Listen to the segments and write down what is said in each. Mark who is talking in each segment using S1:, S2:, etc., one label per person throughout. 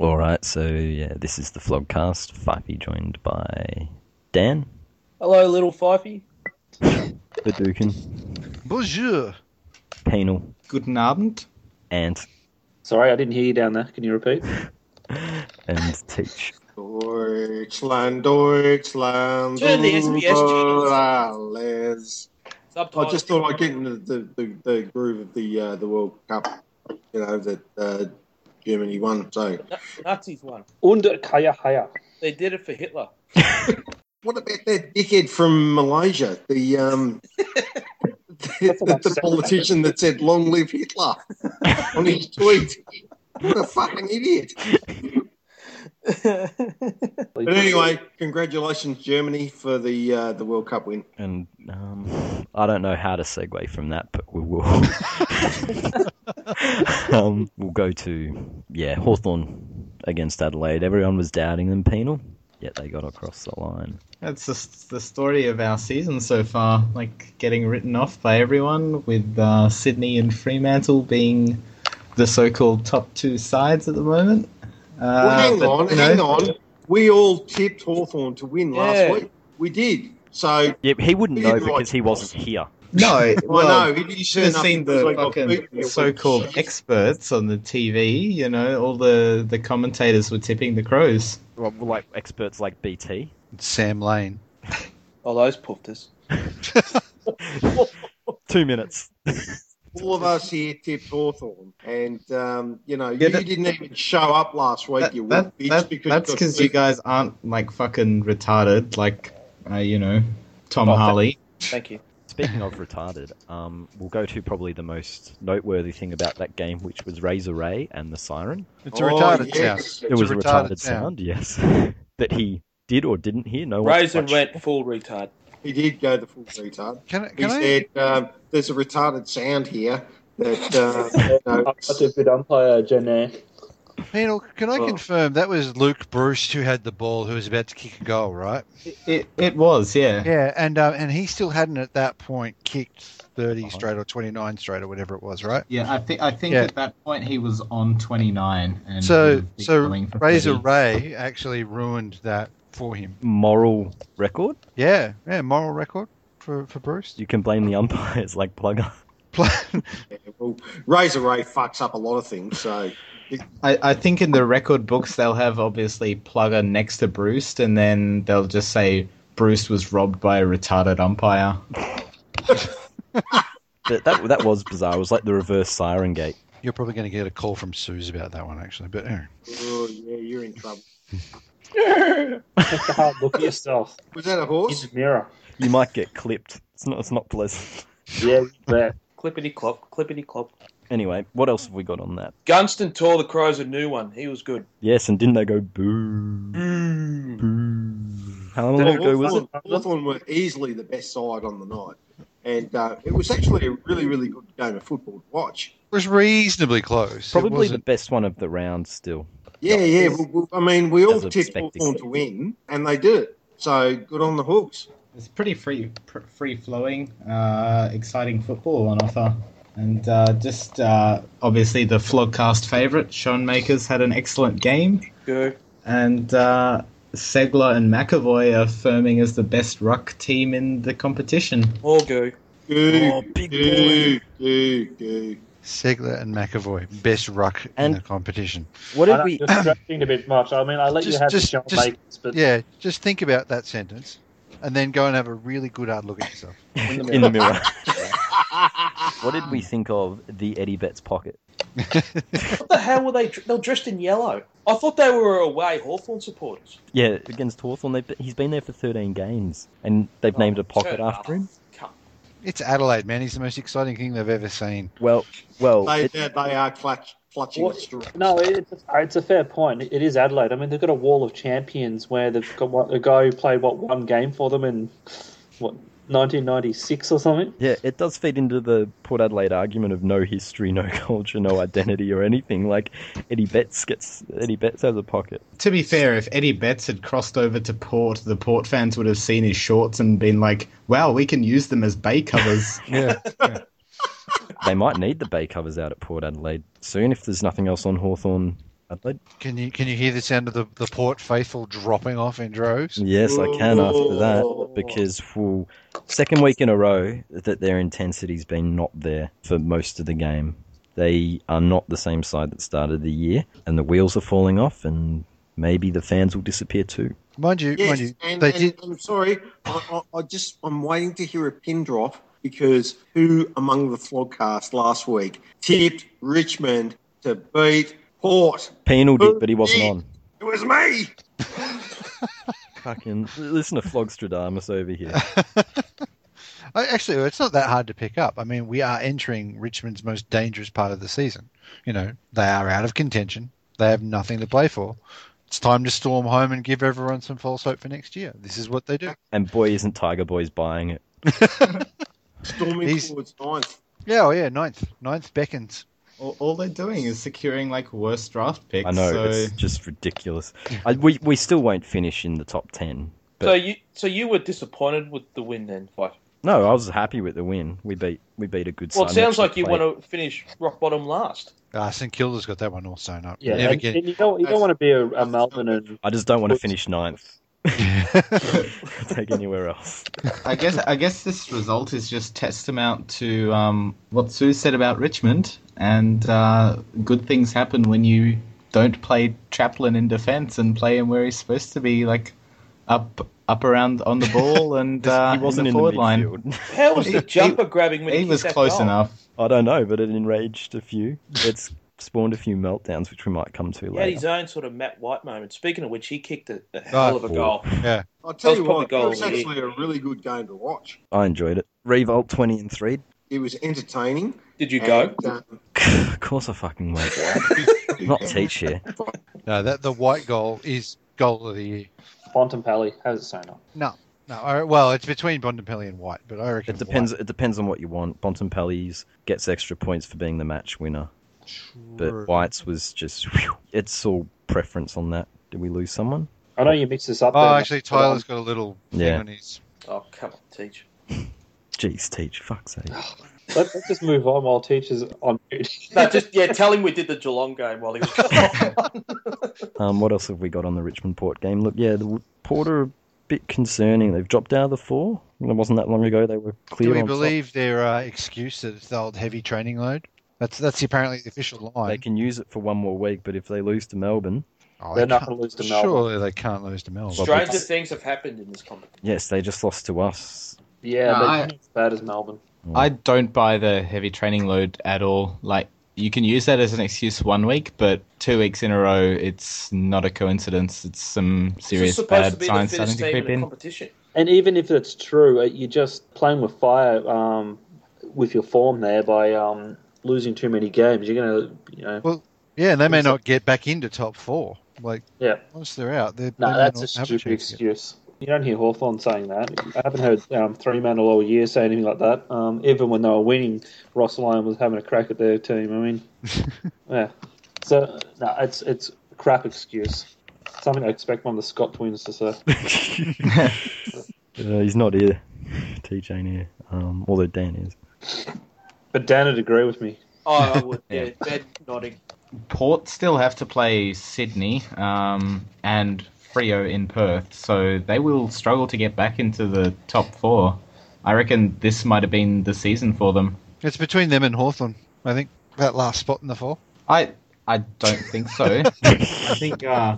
S1: All right, so yeah, this is the Flogcast. Fifey joined by Dan,
S2: Hello, little Fifey.
S1: the Dukin,
S3: Bonjour.
S1: Penal,
S4: Guten Abend.
S1: Ant,
S2: Sorry, I didn't hear you down there. Can you repeat?
S1: and Teach.
S5: Deutschland, Deutschland,
S2: Turn the SBS channels.
S5: alles. I just thought I'd get into the, the, the groove of the uh, the World Cup, you know, that uh, Germany won. So,
S6: Nazis won.
S2: Und Kaya Haya.
S6: They did it for Hitler.
S5: what about that dickhead from Malaysia? The um, the, the, the politician that said "Long live Hitler" on his tweet. What a fucking idiot! But anyway, congratulations Germany for the uh, the World Cup win.
S1: And um, I don't know how to segue from that, but we will. um, we'll go to, yeah, Hawthorn against Adelaide. Everyone was doubting them, Penal, yet they got across the line.
S4: That's the, the story of our season so far. Like getting written off by everyone, with uh, Sydney and Fremantle being the so-called top two sides at the moment. Uh,
S5: Well, hang
S4: but,
S5: on,
S4: you know,
S5: hang on. We all tipped Hawthorn to win last
S6: Yeah.
S5: week. We did. So,
S1: Yeah, he wouldn't
S5: He
S1: know
S5: did right.
S1: because he wasn't here.
S4: No, well,
S5: I know. You should
S4: should
S5: have
S4: have seen the fucking so-called experts on the TV. You know, all the the commentators were tipping the crows.
S1: Well, like experts like BT.
S3: Sam Lane.
S6: Oh, those poofters.
S1: Two minutes.
S5: All of us here tipped Hawthorn, and um, you know, you
S4: Yeah, that-
S5: didn't even show up last week.
S4: That-
S5: you
S4: that-
S5: were bitch
S4: that-
S5: because
S4: that's because you guys aren't like fucking retarded, like uh, you know, Tom
S6: Oh, thank-
S4: Harley.
S6: Thank you.
S1: Speaking of retarded, um, we'll go to probably the most noteworthy thing about that game, which was Razor Ray and the siren.
S3: It's a
S5: Oh,
S3: retarded sound.
S5: yes.
S1: it was a retarded, sound,
S3: retarded sound.
S1: yes. that he did or didn't hear. No one.
S6: Rosen went full retard.
S5: He did go the full retard.
S3: Can, I-
S5: He
S3: can I?
S5: said, um, "There's a retarded sound here." That uh, you know,
S2: That's a good umpire, Janan.
S3: Penal, can I
S2: Oh.
S3: confirm that was Luke Bruce who had the ball, who was about to kick a goal, right?
S4: It it was, yeah.
S3: Yeah, and uh, and he still hadn't at that point kicked thirty
S1: Uh-huh.
S3: straight or twenty nine straight or whatever it was, right?
S4: Yeah, I think I think
S3: Yeah.
S4: at that point he was on twenty nine, and he
S3: So
S4: would be
S3: so
S4: going for
S3: Razor
S4: 30.
S3: Ray actually ruined that for him.
S1: Moral record?
S3: Yeah, yeah, moral record for for Bruce.
S1: You can blame the umpires like Plugger.
S5: well, Razor Ray fucks up a lot of things. So,
S4: I, I think in the record books they'll have obviously Plugger next to Bruce, and then they'll just say Bruce was robbed by a retarded umpire.
S1: But that that was bizarre. It was like the reverse siren gate.
S3: You're probably going to get a call from Suze about that one actually, but anyway.
S5: oh, yeah, you're in trouble.
S2: Take a hard look at yourself
S5: Was that a
S2: in
S5: horse?
S2: the mirror.
S1: You might get clipped. It's not. It's not pleasant.
S2: Yeah, you bet.
S6: Clippity clop, clippity clop.
S1: Anyway, what else have we got on that?
S6: Gunston tore the crows a new one. He was good.
S1: Yes, and didn't they go boo?
S6: Mm.
S7: Hmm.
S1: Boo. How long
S5: Well,
S1: ago was it?
S5: Hawthorn- Hawthorn were easily the best side on the night, and uh, it was actually a really, really good game of football to watch.
S3: It was reasonably close. It
S1: Probably the
S3: wasn't-
S1: best one of the round still.
S5: Yeah, yeah. Well, well, I mean, we all
S1: Doesn't
S5: tipped
S1: expect
S5: Hawthorn
S1: it.
S5: to win, and they did. So good on the Hawks.
S4: It's pretty free, pr- free flowing, uh, exciting football on offer. And uh, just uh, obviously the Flogcast favourite, Sean Makers, had an excellent game.
S6: Good.
S4: And uh, Segler and McAvoy are firming as the best ruck team in the competition.
S6: All goo.
S5: Goo,
S1: Oh, big
S5: goo, goo, goo.
S3: Segler and McAvoy, best ruck
S1: And-
S3: in the competition.
S1: What
S2: I
S1: did
S2: don't,
S1: we?
S2: you're stretching a bit much. I mean, I let you
S3: Just-
S2: have
S3: just-
S2: the shot
S3: just-
S2: makers, but
S3: Yeah, just think about that sentence, and then go and have a really good hard look at yourself.
S1: in the mirror. What did we think of the Eddie Betts pocket?
S6: What the hell were they? dr- They were dressed in yellow. I thought they were away Hawthorn supporters.
S7: Yeah, against Hawthorn, they've, he's been there for 13 games, and they've
S6: Oh,
S7: named a pocket
S6: turn up.
S7: after him.
S6: Come-
S3: It's Adelaide, man. He's the most exciting thing they've ever seen.
S7: Well, well,
S5: They,
S7: it-
S5: they, they are clutch, clutching
S2: What-
S5: at straws.
S2: No, it- it's a, it's a fair point. It is Adelaide. I mean, they've got a wall of champions where they've got what, a guy who played what one game for them in what 1996 or something.
S7: yeah, it does feed into the Port Adelaide argument of no history, no culture, no identity, or anything. Like Eddie Betts gets Eddie Betts has a pocket.
S4: To be fair, if Eddie Betts had crossed over to Port, the Port fans would have seen his shorts and been like, wow, we can use them as bay covers.
S3: Yeah.
S7: They might need the bay covers out at Port Adelaide soon if there's nothing else on Hawthorn Adelaide.
S3: Can you can you hear the sound of the, the port faithful dropping off in droves?
S7: Yes, I can after that
S5: Ooh.
S7: because well, second week in a row that their intensity's been not there for most of the game. They are not the same side that started the year, and the wheels are falling off, and maybe the fans will disappear too.
S3: Mind you,
S5: Yes,
S3: mind you,
S5: and,
S3: they
S5: and
S3: did.
S5: I'm sorry, I, I, I just I'm waiting to hear a pin drop because who among the flogcast last week tipped Richmond to beat Port?
S7: Penal did, but he wasn't on.
S5: It was me.
S7: Fucking listen to Flogstradamus over here.
S3: I- uh, Actually, it's not that hard to pick up. I mean, we are entering Richmond's most dangerous part of the season. You know, they are out of contention. They have nothing to play for. It's time to storm home and give everyone some false hope for next year. This is what they do.
S7: And boy, isn't Tiger Boys buying it.
S5: Storming
S3: He's-
S5: towards ninth.
S3: Yeah, oh yeah, ninth, ninth beckons.
S4: all, all they're doing is securing like worst draft picks.
S7: I know
S4: so-
S6: uh,
S7: it's just ridiculous. I, we we still won't finish in the top ten. But-
S6: So you, so you were disappointed with the win then, fight.
S7: No, I was happy with the win. We beat we beat a good.
S6: Well, it
S7: side.
S6: sounds like
S7: Actually
S6: you
S7: played-
S6: want to finish rock bottom last.
S3: Ah, St Kilda's got that one all sewn up.
S2: Yeah,
S3: Never
S2: and,
S3: get
S2: and you don't you don't want to be a, a Melbourne and
S7: I just don't want to finish ninth.
S3: it.
S7: Take anywhere else.
S4: I guess I guess this result is just testament to um, what Sue said about Richmond, and uh, good things happen when you don't play Chaplin in defence and play him where he's supposed to be, like up up around on the ball and uh,
S7: he wasn't
S4: in
S7: in
S4: the forward
S7: the
S4: line.
S7: midfield.
S6: How was the
S4: He-
S6: jumper grabbing when he,
S4: He was
S6: kicked that
S4: close
S6: goal?
S4: enough.
S7: I don't know, but it enraged a few. It's spawned a few meltdowns, which we might come to
S6: He had
S7: later.
S6: his own sort of Matt White moment. Speaking of which, he kicked a, a hell of a
S7: Oh.
S6: goal.
S5: I'll tell
S6: was probably
S5: you what, it was
S6: goal of the
S5: actually a really good game to watch.
S7: I enjoyed it. Revolt twenty and three.
S5: It was entertaining.
S6: Did you go?
S5: and, um,
S7: of course, I fucking went. Not teach here.
S3: no, that the white goal is goal of the year.
S2: Fontempelli has it sewn up.
S3: No, I, well, it's between Bontempelli and White, but I reckon
S7: It depends.
S3: White.
S7: It depends on what you want. Bontempelli's gets extra points for being the match winner,
S3: True.
S7: but White's was just. Whew, it's all preference on that. Did we lose someone?
S2: I know you mix this up.
S3: Oh,
S2: there,
S3: actually,
S2: but, um,
S3: Tyler's got a little thing
S7: Yeah.
S3: on his.
S6: Oh, come on, teach.
S7: Jeez, teach. Fuck's sake.
S2: Let, let's just move on while teachers on mute.
S6: No, just yeah. Tell him we did the Geelong game while he was.
S7: Um, what else have we got on the Richmond Port game? Look, yeah, the Port are a bit concerning. They've dropped out of the four. It wasn't that long ago they were clear.
S3: Do we
S7: on top.
S3: believe their uh, excuse that it's the old heavy training load? That's that's apparently the official line.
S7: they can use it for one more week? But if they lose to Melbourne,
S3: Oh,
S2: They're
S3: they
S2: not
S3: can't-
S2: going to lose to Melbourne.
S3: Surely they can't lose to Melbourne.
S6: Stranger things have happened in this competition.
S7: yes, they just lost to us.
S2: Yeah,
S4: No,
S2: but
S4: I-
S2: not as bad as Melbourne.
S4: I don't buy the heavy training load at all. Like you can use that as an excuse one week, but two weeks in a row, it's not a coincidence. It's some
S6: This is
S4: serious
S6: supposed
S4: bad
S6: to be the
S4: signs starting
S6: fittest
S4: to
S6: team in
S4: creep
S6: the
S4: in.
S6: competition.
S2: And even if it's true, uh, you're just playing with fire um, with your form there by um, losing too many games. You're going to, you know,
S3: Yeah, and they may not get back into top four. Like,
S2: Yeah.
S3: once they're out, they're
S2: no,
S3: they may
S2: that's
S3: not
S2: a
S3: have
S2: stupid
S3: chance yet.
S2: excuse. You don't hear Hawthorn saying that. I haven't heard um, Three Mantle all year say anything like that. Um, even when they were winning, Ross Lyon was having a crack at their team. I mean, yeah. So, no, it's it's a crap excuse. Something I expect one of the Scott twins to say.
S7: Uh, he's not here. TJ ain't here. Um, although Dan is.
S2: But Dan would agree with me.
S6: Oh, I would.
S4: Yeah.
S6: Yeah, bed nodding.
S4: Port still have to play Sydney um, and Frio in Perth, so they will struggle to get back into the top four. I reckon this might have been the season for them.
S3: It's between them and Hawthorn. I think, that last spot in the four.
S4: I I don't think so. I think uh,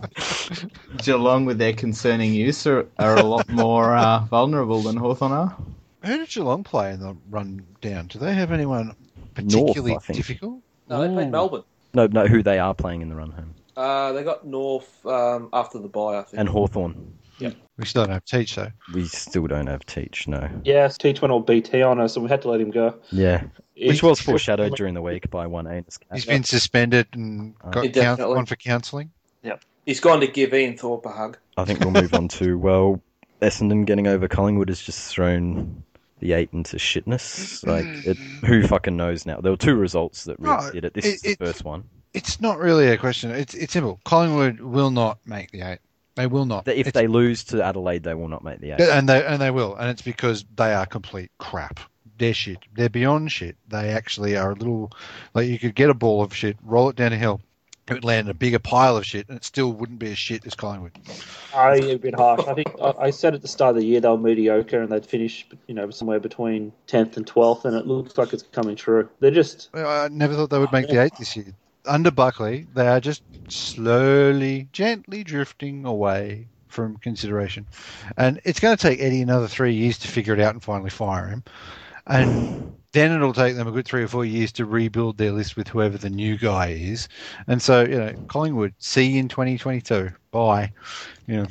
S4: Geelong, with their concerning use, are, are a lot more uh, vulnerable than Hawthorn are.
S3: Who did Geelong play in the run down? Do they have anyone particularly
S7: I think.
S3: difficult?
S6: No, they played
S7: Ooh.
S6: Melbourne.
S7: No, no, who they are playing in the run home.
S6: Uh, they got North um, after the bye, I think.
S7: And Hawthorn.
S3: We still don't have Teach though.
S7: We still don't have Teach, no.
S2: Yes, Teach went all BT on us, and we had to let him go.
S7: Yeah. Which
S2: He-
S7: was foreshadowed during the week by one anus cat.
S3: He's been suspended and
S7: Uh,
S3: got count-
S6: Indefinitely.
S3: gone for counselling.
S6: He's gone to give Ian Thorpe a hug.
S7: I think we'll move on to well, Essendon getting over Collingwood has just thrown the eight into shitness. Like, it, who fucking knows now? There were two results that really
S3: Mm. No,
S7: did it. This
S3: it-
S7: is the
S3: it-
S7: first one.
S3: It's not really a question. It's it's simple. Collingwood will not make the eight. They will not.
S7: That If
S3: It's-
S7: they lose to Adelaide, they will not make the eight.
S3: and they and they will, and it's because they are complete crap. They're shit. They're beyond shit. They actually are a little like you could get a ball of shit, roll it down a hill, it would land in a bigger pile of shit, and it still wouldn't be as shit as Collingwood.
S2: I a bit harsh. I think I, I said at the start of the year they were mediocre and they'd finish, you know, somewhere between tenth and twelfth, and it looks like it's coming true. They're just
S3: I I never thought they would make the eight this year. Under Buckley, they are just slowly, gently drifting away from consideration. And it's going to take Eddie another three years to figure it out and finally fire him. And then it'll take them a good three or four years to rebuild their list with whoever the new guy is. And so, you know, Collingwood, see you in 2022. Bye. You know,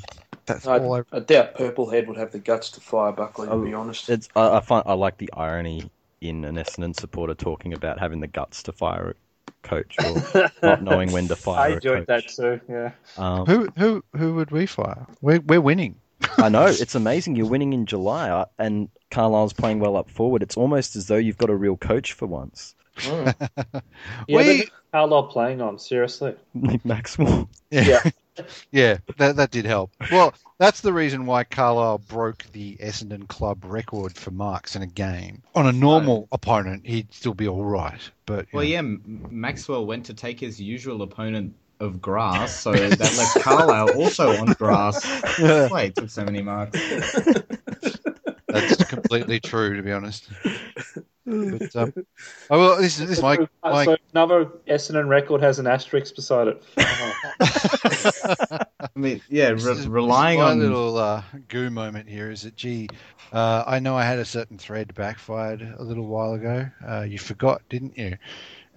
S3: that's
S6: I,
S3: all I
S6: I doubt Purplehead would have the guts to fire Buckley, to be honest.
S7: It's I, I find I like the irony in an Essendon supporter talking about having the guts to fire a coach or not knowing when to fire
S2: I
S7: a
S2: enjoyed that
S7: coach.
S2: too. Yeah,
S7: Um,
S3: Who, who, who would we fire? We're, we're winning.
S7: I know it's amazing. You're winning in July, uh, and Carlisle's playing well up forward. It's almost as though you've got a real coach for once,
S2: yeah.
S3: We-
S2: but Carlisle playing on seriously.
S7: like Maxwell.
S3: Yeah. yeah, that, that did help. Well, that's the reason why Carlisle broke the Essendon club record for marks in a game. On a normal opponent, he'd still be all right. But you
S4: Well,
S3: know,
S4: yeah, M- Maxwell went to take his usual opponent of grass, so that left Carlisle also on grass. That's why he took so many marks.
S3: that's completely true, to be honest. But, um, oh, well, this is this is my,
S2: Uh,
S3: my
S2: so another Essendon record has an asterisk beside it. Uh,
S4: I mean, yeah,
S3: this
S4: re-
S3: is- this is
S4: relying
S3: my
S4: on
S3: little uh, goo moment here is that gee, uh, I know I had a certain thread backfired a little while ago. Uh, you forgot, didn't you?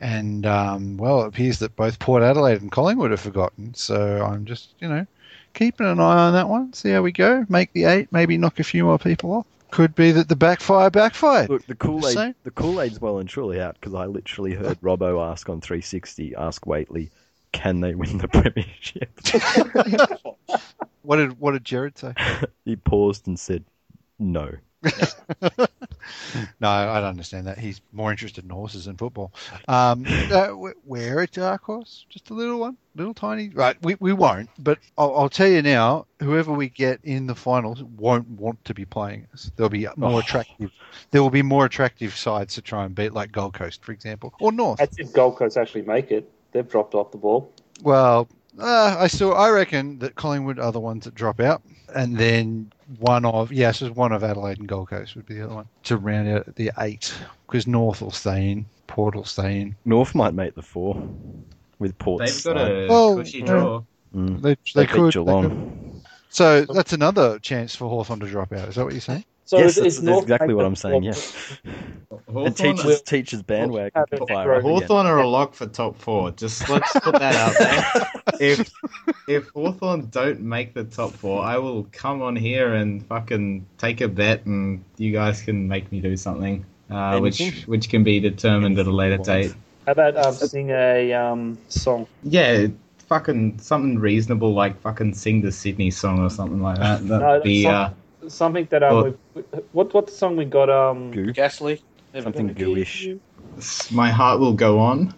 S3: And um, well, it appears that both Port Adelaide and Collingwood have forgotten. So I'm just you know keeping an eye on that one. See how we go. Make the eight. Maybe knock a few more people off. Could be that the backfire backfired.
S7: Look, the Kool
S3: Same.
S7: Aid, the Kool Aid's well and truly out because I literally heard Robbo ask on 360, ask Waitley, can they win the premiership?
S3: What did what did Jared say?
S7: he paused and said, no.
S3: No, I don't understand that. He's more interested in horses than football. Um, uh, wh- where a dark horse? Just a little one, little tiny. Right, we, we won't. But I'll, I'll tell you now, whoever we get in the finals won't want to be playing us. There'll be more attractive. There will be more attractive sides to try and beat, like Gold Coast, for example, or North.
S2: That's if Gold Coast actually make it. They've dropped off the ball.
S3: Well, uh, I still I reckon that Collingwood are the ones that drop out, and then one of yes, yeah, one of Adelaide and Gold Coast would be the other one to round out the eight because North will stay in, Port will stay in.
S7: North might make the four with Port.
S4: they've got
S7: side.
S4: a
S3: Oh,
S4: cushy
S3: yeah.
S4: draw.
S7: Mm.
S3: They,
S7: They
S3: they,
S7: beat
S3: could, they
S7: Geelong.
S3: could. So that's another chance for Hawthorn to drop out. Is that what you're saying?
S2: So
S7: yes,
S2: is-
S7: that's,
S2: is
S7: that's
S2: North
S7: exactly what
S2: making
S7: I'm saying.
S2: the-
S7: Yeah, and
S4: Hawthorn
S7: teachers, teachers bandwagon
S2: Hawthorn
S7: can
S2: have
S7: fire
S2: a-
S7: up again.
S4: Hawthorn are a lock for top four. Just let's put that out there. if if Hawthorn don't make the top four, I will come on here and fucking take a bet, and you guys can make me do something, uh, which
S7: Anything.
S4: which can be determined at a later date.
S2: How about um, sing a um, song?
S4: Yeah, fucking something reasonable like fucking sing the Sydney song or something like that. That'd
S2: that's
S4: be
S2: not-
S4: uh,
S2: Something that um,
S4: Well-
S2: we what what song we got? Um,
S7: Goo.
S6: Gasly. Never
S7: Something
S6: gonna give
S7: gooish.
S6: you-
S4: s- my heart will go on.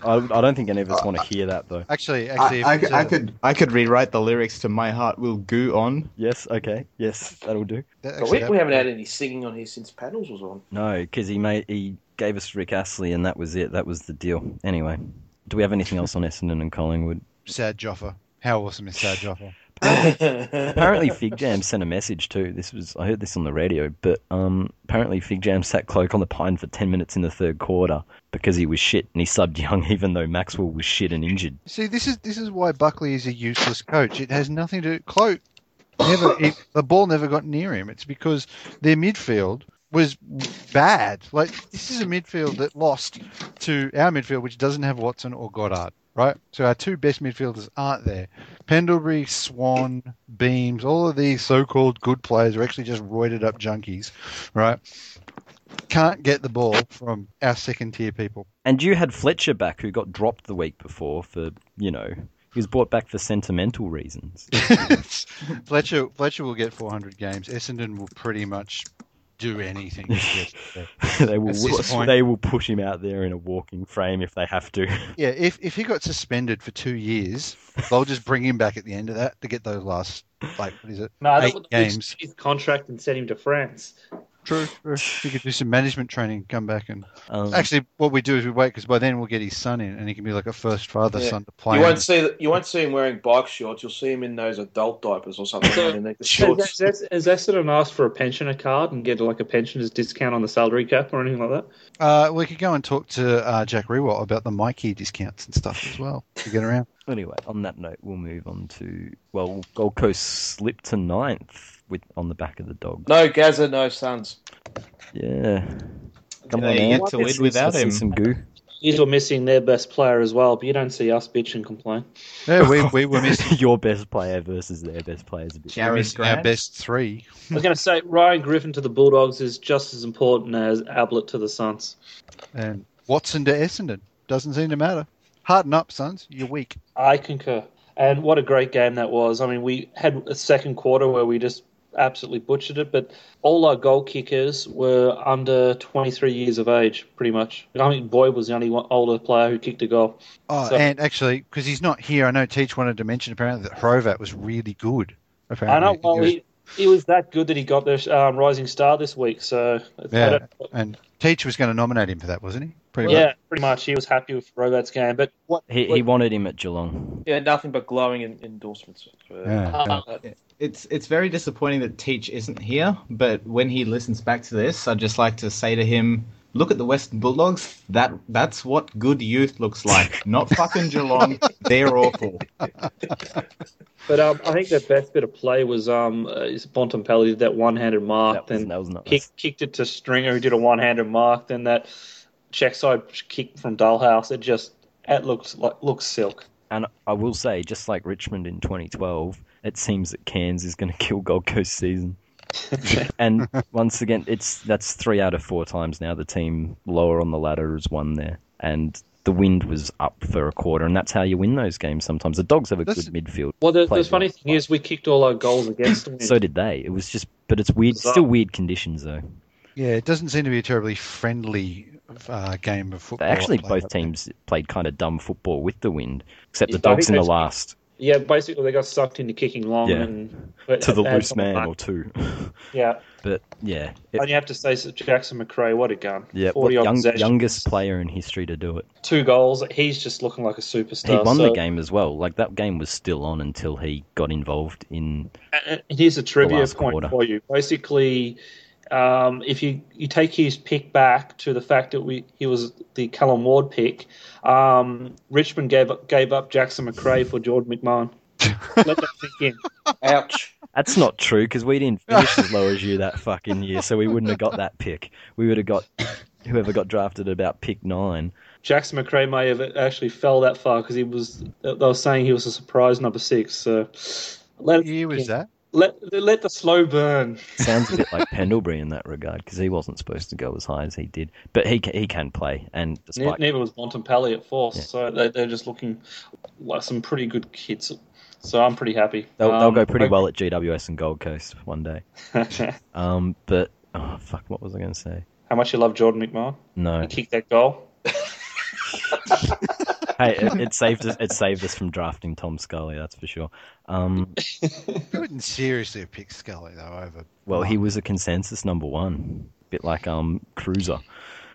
S7: I, I don't think any of us want to hear that though.
S3: Actually, actually,
S4: Hmm? I, I,
S3: if it's
S4: I
S3: a-
S4: could I could rewrite the lyrics to my heart will goo on.
S7: Yes, okay, yes, that'll do.
S6: But
S3: that- actually,
S6: we,
S3: that-
S6: we haven't had any singing on here since Paddles was on.
S7: No, because he made he gave us Rick Astley, and that was it. That was the deal. Anyway, do we have anything else on Essendon and Collingwood?
S3: Sad Joffa. How awesome is Sad Joffa?
S7: Apparently, Fig Jam sent a message too. This was I heard this on the radio, but um, apparently Fig Jam sat cloak on the pine for ten minutes in the third quarter because he was shit and he subbed Young, even though Maxwell was shit and injured.
S3: See, this is this is why Buckley is a useless coach. It has nothing to cloak. Never, he, the ball never got near him. It's because their midfield was bad. Like this is a midfield that lost to our midfield, which doesn't have Watson or Goddard. Right, so our two best midfielders aren't there. Pendlebury, Swan, Beams, all of these so-called good players are actually just roided up junkies, right? Can't get the ball from our second-tier people.
S7: And you had Fletcher back, who got dropped the week before for, you know, he was brought back for sentimental reasons.
S3: Fletcher Fletcher will get 400 games. Essendon will pretty much do anything. to get there.
S7: they will
S3: That's his point.
S7: they will push him out there in a walking frame if they have to.
S3: yeah, if if he got suspended for two years, they'll just bring him back at the end of that to get those last like what is it?
S2: No, that
S3: Eight
S2: would
S3: games.
S2: games. his contract and send him to France.
S3: True. true. He could do some management training, come back and
S7: Um,
S3: actually, what we do is we wait because by then we'll get his son in, and he can be like a first father
S6: Yeah.
S3: son to
S6: You
S3: play.
S6: won't see you won't see him wearing bike shorts. You'll see him in those adult diapers or something underneath the
S2: Has
S6: shorts.
S2: that- has Essendon asked for a pensioner card and get like a pensioner's discount on the salary cap or anything like that?
S3: Uh, we could go and talk to uh, Jack Rewalt about the Mikey discounts and stuff as well to get around.
S7: Anyway, on that note, we'll move on to well, Gold Coast slipped to ninth with on the back of the dog.
S6: No Gaza, no Suns.
S7: Yeah, come
S4: They
S7: on,
S4: get
S7: Ant.
S4: to
S7: Let's
S4: win without
S7: see
S4: him.
S7: Some goo.
S2: These were missing their best player as well, but you don't see us bitch and complain.
S3: Yeah, we, we were missing,
S7: your best player versus their best players. A bit.
S3: we were
S4: Jared
S3: missing our
S4: Grant.
S3: best three.
S2: I was going to say Ryan Griffin to the Bulldogs is just as important as Ablett to the Suns.
S3: And Watson to Essendon doesn't seem to matter. Harden up, sons. You're weak.
S2: I concur. And what a great game that was. I mean, we had a second quarter where we just absolutely butchered it, but all our goal kickers were under 23 years of age, pretty much. I mean, Boyd was the only one, older player who kicked a goal.
S3: Oh,
S2: So-
S3: and actually, because he's not here, I know Teach wanted to mention apparently that Hrovat was really good.
S2: I
S3: Apparently,
S2: know, uh, well,
S3: He was-
S2: he, he was that good that he got the um, Rising Star this week, so. I
S3: yeah,
S2: don't-
S3: and Teach was going to nominate him for that, wasn't he? Pretty much.
S2: yeah, pretty much. He was happy with Robat's game, but what
S7: He, he wanted him at Geelong.
S6: Yeah, nothing but glowing en- endorsements. for-
S3: Yeah, yeah.
S6: Uh,
S4: It's it's very disappointing that Teach isn't here, but when he listens back to this, I'd just like to say to him, look at the Western Bulldogs. That that's what good youth looks like. Not fucking Geelong. They're awful.
S2: But um, I think the best bit of play was um, uh, is Bontempelli did that one-handed mark,
S7: That was,
S2: then
S7: that was not.
S2: kick,
S7: nice.
S2: kicked it to Stringer, who did a one-handed mark, then that checkside kick from Dullhouse. It just it looks like looks silk.
S7: And I will say, just like Richmond in 2012, it seems that Cairns is going to kill Gold Coast season. and once again, it's that's three out of four times now the team lower on the ladder has won there, and the wind was up for a quarter, and that's how you win those games. Sometimes the Dogs have a
S3: That's-
S7: good midfield.
S2: Well, the, the
S7: Played
S2: funny
S7: well.
S2: thing is, we kicked all our goals against them.
S7: So did they. It was just, but it's weird.
S2: Bizarre.
S7: Still weird conditions though.
S3: Yeah, it doesn't seem to be a terribly friendly uh, game of
S7: They
S3: football.
S7: actually
S3: played.
S7: both teams played kind of dumb football with the wind, except the
S2: Yeah, I think
S7: Dogs in the
S2: that's-
S7: last
S2: yeah, basically they got sucked into kicking long
S7: Yeah.
S2: and but-
S7: to the
S2: and-
S7: loose man or two.
S2: Yeah,
S7: But yeah, it,
S2: and you have to say so Jackson McRae, what a gun!
S7: yeah,
S2: forty odd
S7: young,
S2: possessions,
S7: youngest player in history to do it.
S2: two goals. He's just looking like a
S7: He
S2: superstar.
S7: won
S2: Uh, so-
S7: the game as well. Like that game was still on until he got involved in.
S2: And Uh, here's a trivia
S7: last
S2: point
S7: quarter.
S2: for you. Basically, um, if you, you take his pick back to the fact that we he was the Callum Ward pick, um, Richmond gave up, gave up Jackson McRae for Jordan McMahon. Let that sink in.
S6: Ouch.
S7: That's not true because we didn't finish as low as you that fucking year, so we wouldn't have got that pick. We would have got whoever got drafted at about pick nine.
S2: Jackson McRae may have actually fell that far because he was they were saying he was a surprise number six. So let
S3: What year was that?
S2: let let the slow burn.
S7: Sounds a bit like Pendlebury in that regard because he wasn't supposed to go as high as he did, but he ca- he can play and
S2: Ne-
S7: despite
S2: Neither was Montempelli at force,
S7: Yeah.
S2: so they, they're just looking like some pretty good kids. So I'm pretty happy.
S7: they'll, they'll
S2: Um,
S7: go pretty
S2: hope-
S7: well at GWS and Gold Coast one day. Um, but oh fuck, what was I going to say?
S2: How much you love Jordan McMahon?
S7: No,
S2: He kicked that goal.
S7: hey, it, it saved us. It saved us from drafting Tom Scully, that's for sure. Um,
S3: You wouldn't seriously have picked Scully though over.
S7: well, he was a consensus number one, bit like um Cruiser.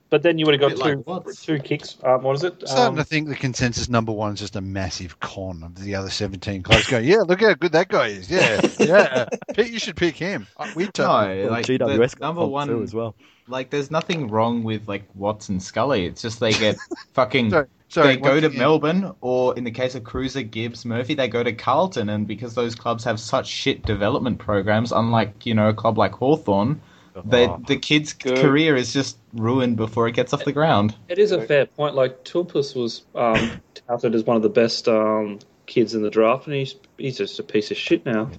S2: But then you would have got
S4: Bit like
S2: two,
S4: Watts.
S2: two kicks. Um, what is it?
S3: Starting
S2: Um,
S3: to think the consensus number one is just a massive con of the other seventeen clubs. Go, yeah, look how good that guy is. Yeah, yeah. Pick, you should pick him. Uh, We don't.
S4: No, like the
S7: GWS got
S4: number
S7: top two
S4: one.
S7: as well.
S4: Like, there's nothing wrong with like Watson Scully. It's just they get fucking
S3: Sorry. Sorry,
S4: they go
S3: once
S4: to
S3: again-
S4: Melbourne, or in the case of Cruiser, Gibbs, Murphy, they go to Carlton. And because those clubs have such shit development programs, unlike, you know, a club like Hawthorn, they,
S7: Oh.
S4: the kid's
S6: Good.
S4: career is just ruined before it gets off the ground.
S2: It is a fair point. Like Tulpus was um, touted as one of the best um, kids in the draft, and he's he's just a piece of shit now.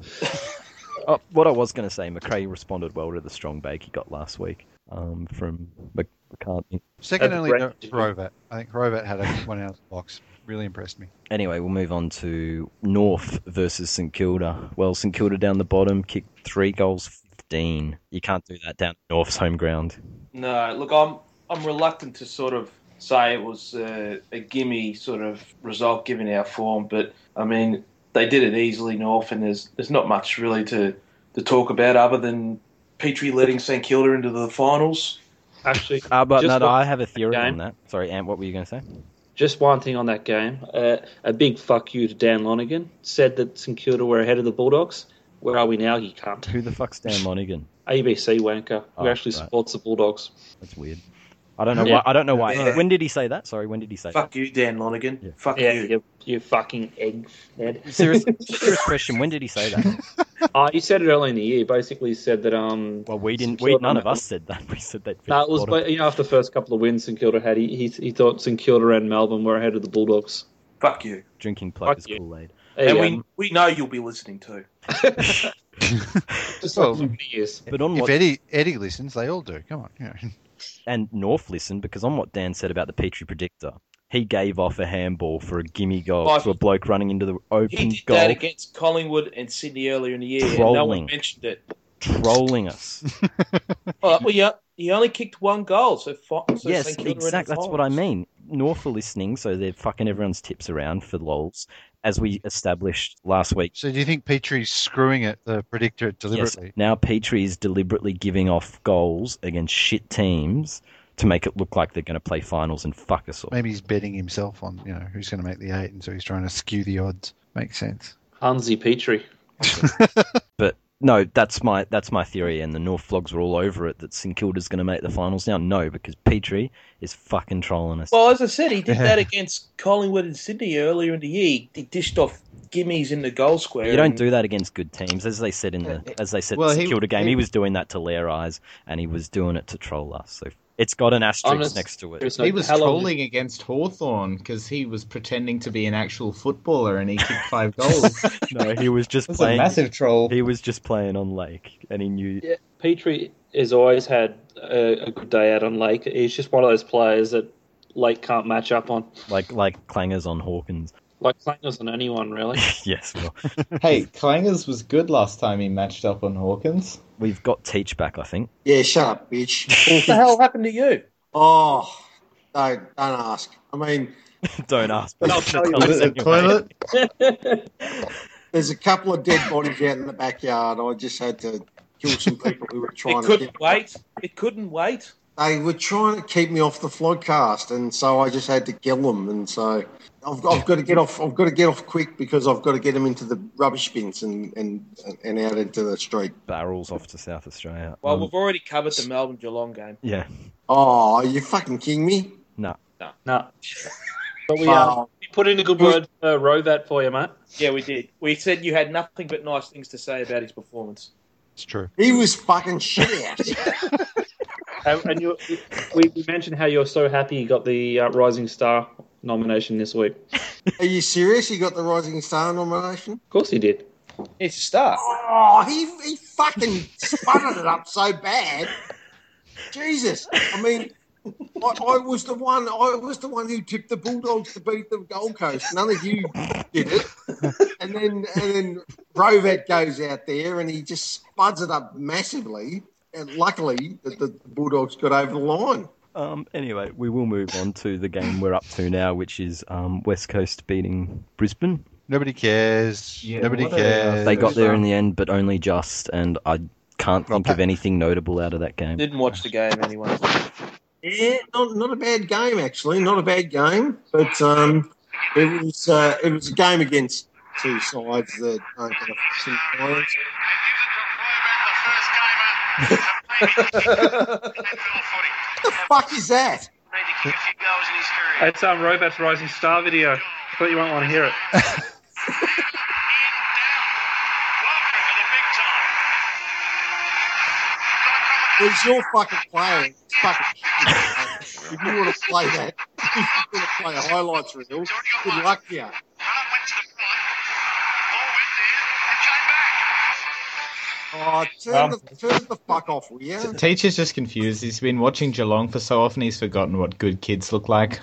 S7: Oh, what I was going to say, McRae responded well to the strong bake he got last week um, from Mc- McCartney.
S3: Second
S2: That's
S3: only
S2: great.
S3: to Horvat. I think Horvat had a one out of the box. Really impressed me.
S7: Anyway, we'll move on to North versus St Kilda. Well, St Kilda down the bottom kicked three goals, fifteen. You can't do that down at North's home ground.
S6: No, look, I'm I'm reluctant to sort of say it was a, a gimme sort of result given our form, but I mean they did it easily North, and there's there's not much really to, to talk about other than Petrie letting St Kilda into the finals.
S2: Actually,
S7: Uh, but
S2: Just
S7: no, no,
S2: what-
S7: I have a theory
S2: game.
S7: on that. Sorry, Ant, what were you going to say?
S2: just one thing on that game. Uh, a big fuck you to Dan Lonigan. Said that St Kilda were ahead of the Bulldogs. Where are we now, you cunt?
S7: Who the fuck's Dan Monaghan?
S2: ABC wanker who
S7: Oh,
S2: actually
S7: right.
S2: supports the Bulldogs.
S7: That's weird. I don't know
S2: Yeah.
S7: why. I don't know why.
S6: Yeah.
S7: When did he say that? Sorry, when did he say that?
S6: Fuck you, Dan Lonigan.
S7: Yeah.
S6: Fuck
S2: Yeah,
S6: you.
S2: you, you fucking egg, Ned.
S7: Serious, serious question. When did he say that?
S2: Uh, he said it early in the year. Basically, he said that um,
S7: Well, we didn't.
S2: Some
S7: We
S2: sort of
S7: none of
S2: metal.
S7: us said that. We said that.
S2: no, it was
S7: bottom.
S2: but, you know after the first couple of wins St Kilda had, he, he he thought St Kilda and Melbourne were ahead of the Bulldogs. um,
S6: Fuck you.
S7: drinking
S2: fuck
S7: pluggers
S2: you.
S7: Kool Aid.
S2: There
S6: and
S2: you
S6: we we know you'll be listening too.
S2: go. just
S3: Well-
S2: like it is.
S7: But on
S3: If
S7: what
S3: Eddie Eddie listens, they all do. Come on. You know.
S7: and North listened because on what Dan said about the Petrie predictor, he gave off a handball for a gimme goal
S6: Oh,
S7: to a bloke running into the
S6: He
S7: open
S6: did that
S7: goal,
S6: against Collingwood and Sydney earlier in the year, and no
S7: Trolling.
S6: one mentioned it.
S7: trolling us.
S6: Oh, well, yeah, he only kicked one goal, so, fi- so
S7: yes,
S6: St Kilda are in the
S7: exactly. That's what I
S6: finals.
S7: mean. North are listening, so they're fucking everyone's tips around for lols, as we established last week.
S3: So do you think Petrie's screwing it, the predictor,
S7: Yes,
S3: deliberately?
S7: now Petrie is deliberately giving off goals against shit teams to make it look like they're going to play finals and fuck us all.
S3: Maybe he's betting himself on, you know, who's going to make the eight, and so he's trying to skew the odds. Makes sense.
S2: Hansi Petrie.
S7: But no, that's my that's my theory, and the North Flogs were all over it that St Kilda's going to make the finals now. No, because Petrie is fucking trolling us.
S6: Well, as I said, he did that against Collingwood and Sydney earlier in the year. He dished off gimmies in the goal square.
S7: you don't
S6: and-
S7: do that against good teams, as they said in the as they said
S4: Well,
S7: St
S4: he-
S7: Kilda game. He,
S4: he-
S7: was doing that to Lair eyes, and he was doing it to troll us. So it's got an asterisk
S2: Honest-
S7: next to it.
S2: There's no-
S4: He was
S2: how long-
S4: trolling against Hawthorn because he was pretending to be an actual footballer and he kicked five goals.
S7: No, he was just
S4: That's a
S7: playing.
S4: massive troll.
S7: He was just playing on Lake, and he knew.
S2: Yeah, Petrie has always had a, a good day out on Lake. He's just one of those players that Lake can't match up on.
S7: like like clangers on Hawkins.
S2: Like Clangers on anyone really.
S7: yes, well,
S4: Hey, Clangers was good last time he matched up on Hawkins.
S7: we've got Teach back, I think.
S5: Yeah, shut up, bitch.
S6: What the hell happened to you?
S5: oh, don't, don't ask. I mean,
S7: Don't ask. but
S2: I'll
S7: it's
S2: tell you
S7: anyway.
S5: there's a couple of dead bodies out in the backyard. I just had to kill some people who were trying
S6: It
S5: to get
S6: couldn't wait. It couldn't wait.
S5: they were trying to keep me off the flogcast, and so I just had to kill them. And so I've, I've got to get off. I've got to get off quick because I've got to get them into the rubbish bins and and, and out into the street.
S7: barrels off to South Australia.
S6: Well,
S7: Um,
S6: we've already covered the Melbourne Geelong game.
S7: yeah,
S5: Oh, are you fucking kidding me?
S2: No. But we, uh,
S5: Oh,
S2: we put in a good word for Rovat for you, mate.
S6: Yeah, we did. We said you had nothing but nice things to say about his performance.
S3: It's true.
S5: he was fucking shit out.
S2: And and you, we we mentioned how you're so happy you got the uh, Rising Star nomination this week. Of
S5: are you serious? He got the Rising Star nomination.
S2: course he did.
S6: It's a start.
S5: Oh, he he fucking sputtered it up so bad. Jesus, I mean. I, I was the one. I was the one who tipped the Bulldogs to beat the Gold Coast. None of you did it. And then and then Rovet goes out there and he just spuds it up massively. And luckily, the, the Bulldogs got over the line.
S7: Um, anyway, we will move on to the game we're up to now, which is um, West Coast beating Brisbane.
S3: Nobody cares.
S4: Yeah,
S3: Nobody
S4: what a-
S3: cares.
S7: They got there in the end, but only just, and I can't think of anything notable out of that game.
S6: Didn't watch the game anyway.
S5: Yeah, not not a bad game actually. Not a bad game, but um, it was uh, it was a game against two sides that aren't going to fucking finals.
S8: They've given the first gamer to play natural footy.
S5: What the fuck is that?
S8: Made to kick a few goals in his career.
S2: It's um, Robat's Rising Star video. I thought you might want to hear it.
S8: Ian Dow. Welcome to the big time.
S5: It's your fucking player. It's fucking if you want to play that, if you want to play a highlights reel, good luck to you.
S8: Run went
S2: Um,
S5: Oh, turn,
S8: to the front. Ball went there and came back.
S5: the, turn the fuck off, will you?
S4: Teacher's just confused. He's been watching Geelong for so often, he's forgotten what good kids look like.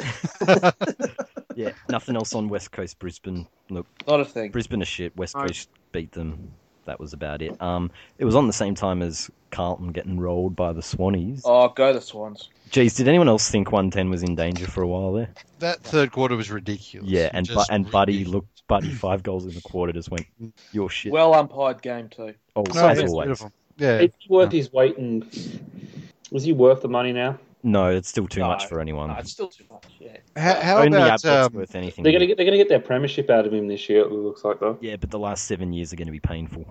S7: Yeah, nothing else on West Coast Brisbane. Look,
S6: Not a thing.
S7: Brisbane are shit. West
S5: Alright.
S7: Coast beat them. That was about it. Um, it was on the same time as Carlton getting rolled by the Swannies.
S6: Oh, go the Swans.
S7: Jeez, did anyone else think 110 was in danger for a while there?
S3: That third quarter was ridiculous.
S7: Yeah, and bu-
S3: Just
S7: and Buddy
S3: ridiculous.
S7: looked Buddy five goals in the quarter just went your shit.
S6: Well umpired game too.
S7: oh,
S3: No,
S7: as
S3: it's
S7: always.
S3: beautiful. Yeah,
S2: It's worth his weight and. Was he worth the money now?
S7: No, it's still too
S6: No,
S7: much for anyone.
S6: No, it's still too much. Yeah.
S3: how, how
S7: Only
S3: about
S7: Abbott's
S3: um,
S7: worth anything.
S2: They're gonna get they're gonna get their premiership out of him this year. It looks like though.
S7: Yeah, but the last seven years are going to be painful.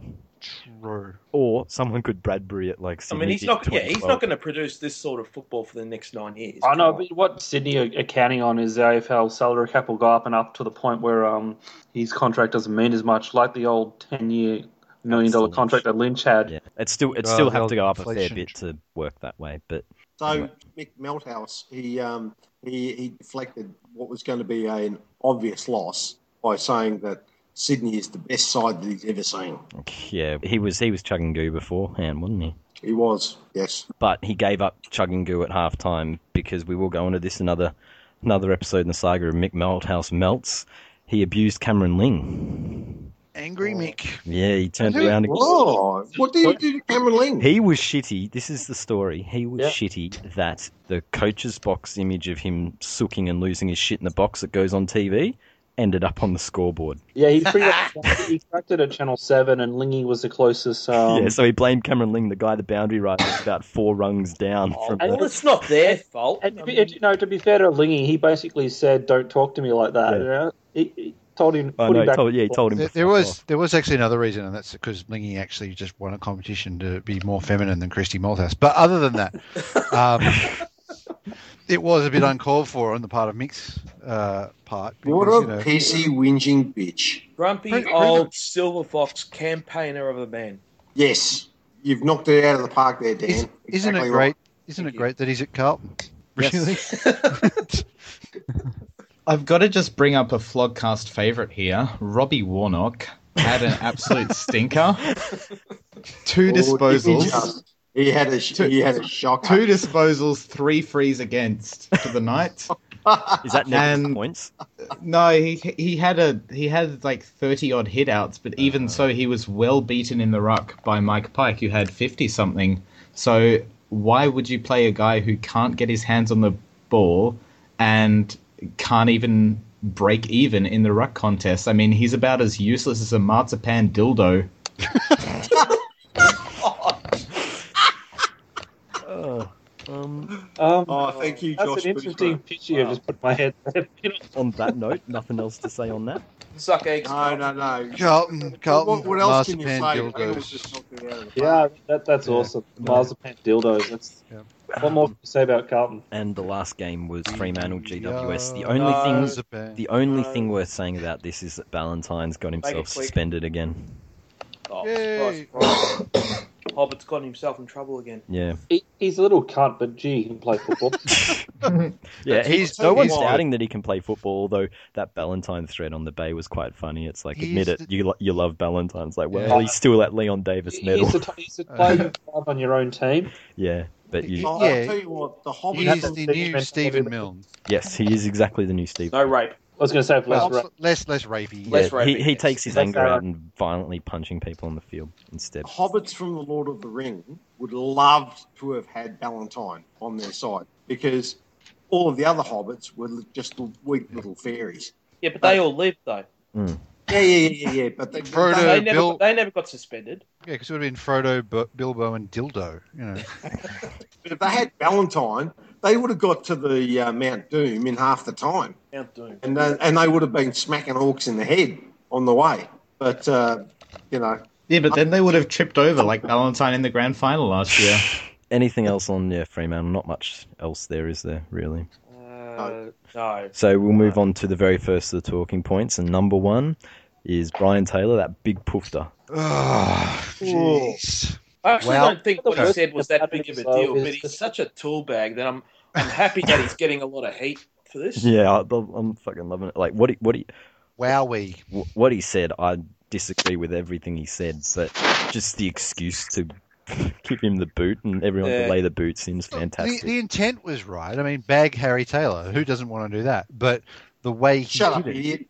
S3: true?
S7: Or someone could Bradbury at like.
S6: I
S7: Sydney
S6: mean, he's
S7: did
S6: not. Yeah, he's
S7: 2012.
S6: not going to produce this sort of football for the next nine years.
S2: I know,
S6: Come on.
S2: but what Sydney are, are counting on is the AFL salary cap will go up and up to the point where um his contract doesn't mean as much, like the old ten year million dollar
S7: Lynch.
S2: contract that Lynch had.
S7: Yeah, it's still it
S3: Well,
S7: still
S3: Oh, well,
S7: have to go up a fair
S3: inflation.
S7: bit to work that way. But
S5: So Mick Melthouse, he um, he he deflected what was going to be an obvious loss by saying that Sydney is the best side that he's ever seen.
S7: yeah, he was he was chugging goo beforehand, wasn't he?
S5: He was, yes.
S7: But he gave up chugging goo at half time because we will go into this another another episode in the saga of Mick Malthouse melts. He abused Cameron Ling. Oh,
S3: Angry Mick.
S7: Yeah, he turned
S3: Who-
S7: around. And,
S5: Oh, what did he do to Cameron Ling?
S7: he was shitty. This is the story. He was
S2: Yeah.
S7: shitty that the coach's box image of him sooking and losing his shit in the box that goes on TV ended up on the scoreboard.
S2: Yeah, he pretty much he cracked it at Channel Seven, and Lingy was the closest. Um,
S7: yeah, so he blamed Cameron Ling, the guy the boundary rider was about four rungs down from
S2: Oh, and
S7: the,
S6: Well, it's not their fault.
S2: And to
S6: I
S2: be,
S6: mean,
S2: and, you know, to be fair to Lingy, he basically said, "Don't talk to me like that."
S7: Yeah.
S2: You know, he, he told him.
S7: I
S2: put him
S7: know, he
S2: back
S7: told, yeah, he told him.
S3: There,
S7: to
S3: there
S7: fuck
S3: was
S7: off.
S3: there was actually another reason, and that's because Lingy actually just won a competition to be more feminine than Christy Malthouse. But other than that, um, it was a bit uncalled for on the part of Mick's uh, part.
S5: what
S3: because, you
S5: a
S3: know,
S5: pissy whinging bitch.
S6: grumpy
S3: Pretty-
S6: old silver fox campaigner of a man.
S5: Yes, you've knocked it out of the park there, Dan.
S3: is, isn't it
S5: Exactly
S3: great?
S5: right.
S3: Isn't it
S6: Thank you.
S3: great that he's at Carlton?
S7: Yes.
S3: Really?
S4: I've got to just bring up a Flogcast favourite here. Robbie Warnock had an absolute stinker. Two
S5: Oh, didn't he
S4: disposals.
S5: just? He had a sh-
S4: Two-
S5: he had a shock.
S4: Two disposals, three frees against for the night.
S7: Is that negative
S4: And-
S7: points?
S4: No, he he had a he had like thirty odd hit outs, but even so, he was well beaten in the ruck by Mike Pike, who had fifty something. So why would you play a guy who can't get his hands on the ball and can't even break even in the ruck contest? I mean, he's about as useless as a marzipan dildo.
S7: Oh, um,
S2: Um,
S5: Oh, thank you,
S2: that's
S5: Josh.
S2: an interesting
S5: Boothroyd.
S2: picture you just put in my head. You know,
S7: on that note, nothing else to say on that.
S6: Suck eggs.
S5: No, no, no.
S3: Carlton, Carlton.
S5: what, what else can you say?
S3: marzipan dildos.
S5: They all just knocked it out of the park.
S2: yeah, that, that's
S3: Yeah.
S2: awesome. Marzipan dildos. That's
S3: Yeah.
S2: what more can you say about Carlton?
S7: And the last game was Fremantle GWS. The
S3: Yeah,
S7: only thing,
S3: marzipan.
S7: the only
S6: No.
S7: thing worth saying about this is that Ballantyne's got himself
S6: quick.
S7: suspended again.
S6: Oh,
S3: Yay.
S6: surprise, surprise. Hobbett's gotten himself in trouble again.
S7: Yeah,
S2: He, he's a little cunt, but gee, he can play football.
S7: yeah. He's no
S3: he's
S7: one's
S3: the-
S7: doubting that he can play football. Although that Ballantyne thread on the bay was quite funny. It's like, admit
S3: He's
S7: it, you lo- you love Ballantyne's. Like, well,
S3: Yeah.
S7: he's still at Leon Davis medal.
S2: he's a, t- he's a player you love on your own team.
S7: Yeah, but you,
S5: Oh,
S3: Yeah.
S5: I'll tell you what, the hobby
S3: He's
S5: is
S2: That's
S3: the
S2: the
S3: new
S2: difference.
S3: Stephen Milne.
S7: yes, he is exactly the new Steve.
S6: No rape.
S2: I was going to say, if Les
S3: Well,
S2: Ra-
S3: less less rapey.
S6: Less
S7: yeah, he,
S6: rapey,
S7: he
S6: yes.
S7: takes his
S2: Less
S7: anger out and violently punching people on the field instead.
S5: hobbits from the Lord of the Ring would love to have had Valentine on their side because all of the other hobbits were just the weak little fairies.
S6: Yeah, but they all leave though.
S5: Yeah, yeah, yeah, yeah. yeah, But they,
S3: Frodo-
S5: they-
S6: they never.
S3: Bill-
S6: They never got suspended.
S3: Yeah, because it would have been Frodo, Bu- Bilbo, and Dildo. You know,
S5: if they had Valentine, they would have got to the uh, Mount Doom in half the time,
S6: Mount Doom.
S5: and uh, and they would have been smacking orcs in the head on the way. But uh, you know,
S4: Yeah, but then they would have tripped over like Valentine in the grand final last year.
S7: Anything else on yeah, Fremantle? Not much else there, is there really?
S6: Uh, no.
S7: So we'll move on to the very first of the talking points, and number one is Brian Taylor, that big poofter.
S3: Oh, jeez.
S6: I actually
S3: Well-
S6: don't think what he
S2: Okay.
S6: said was that big of a deal, but he's such a tool bag that I'm I'm happy that he's getting a lot of heat for this.
S7: Yeah, I, I'm fucking loving it. Like what he, what he
S3: Wowie.
S7: wh- what he said, I disagree with everything he said, but just the excuse to give him the boot and everyone
S6: Yeah.
S7: to lay the boot seems
S3: The,
S7: fantastic.
S3: the intent was right. I mean, bag Harry Taylor. Who doesn't want to do that? But the way he
S5: Shut
S3: did
S5: up,
S3: it,
S5: idiot.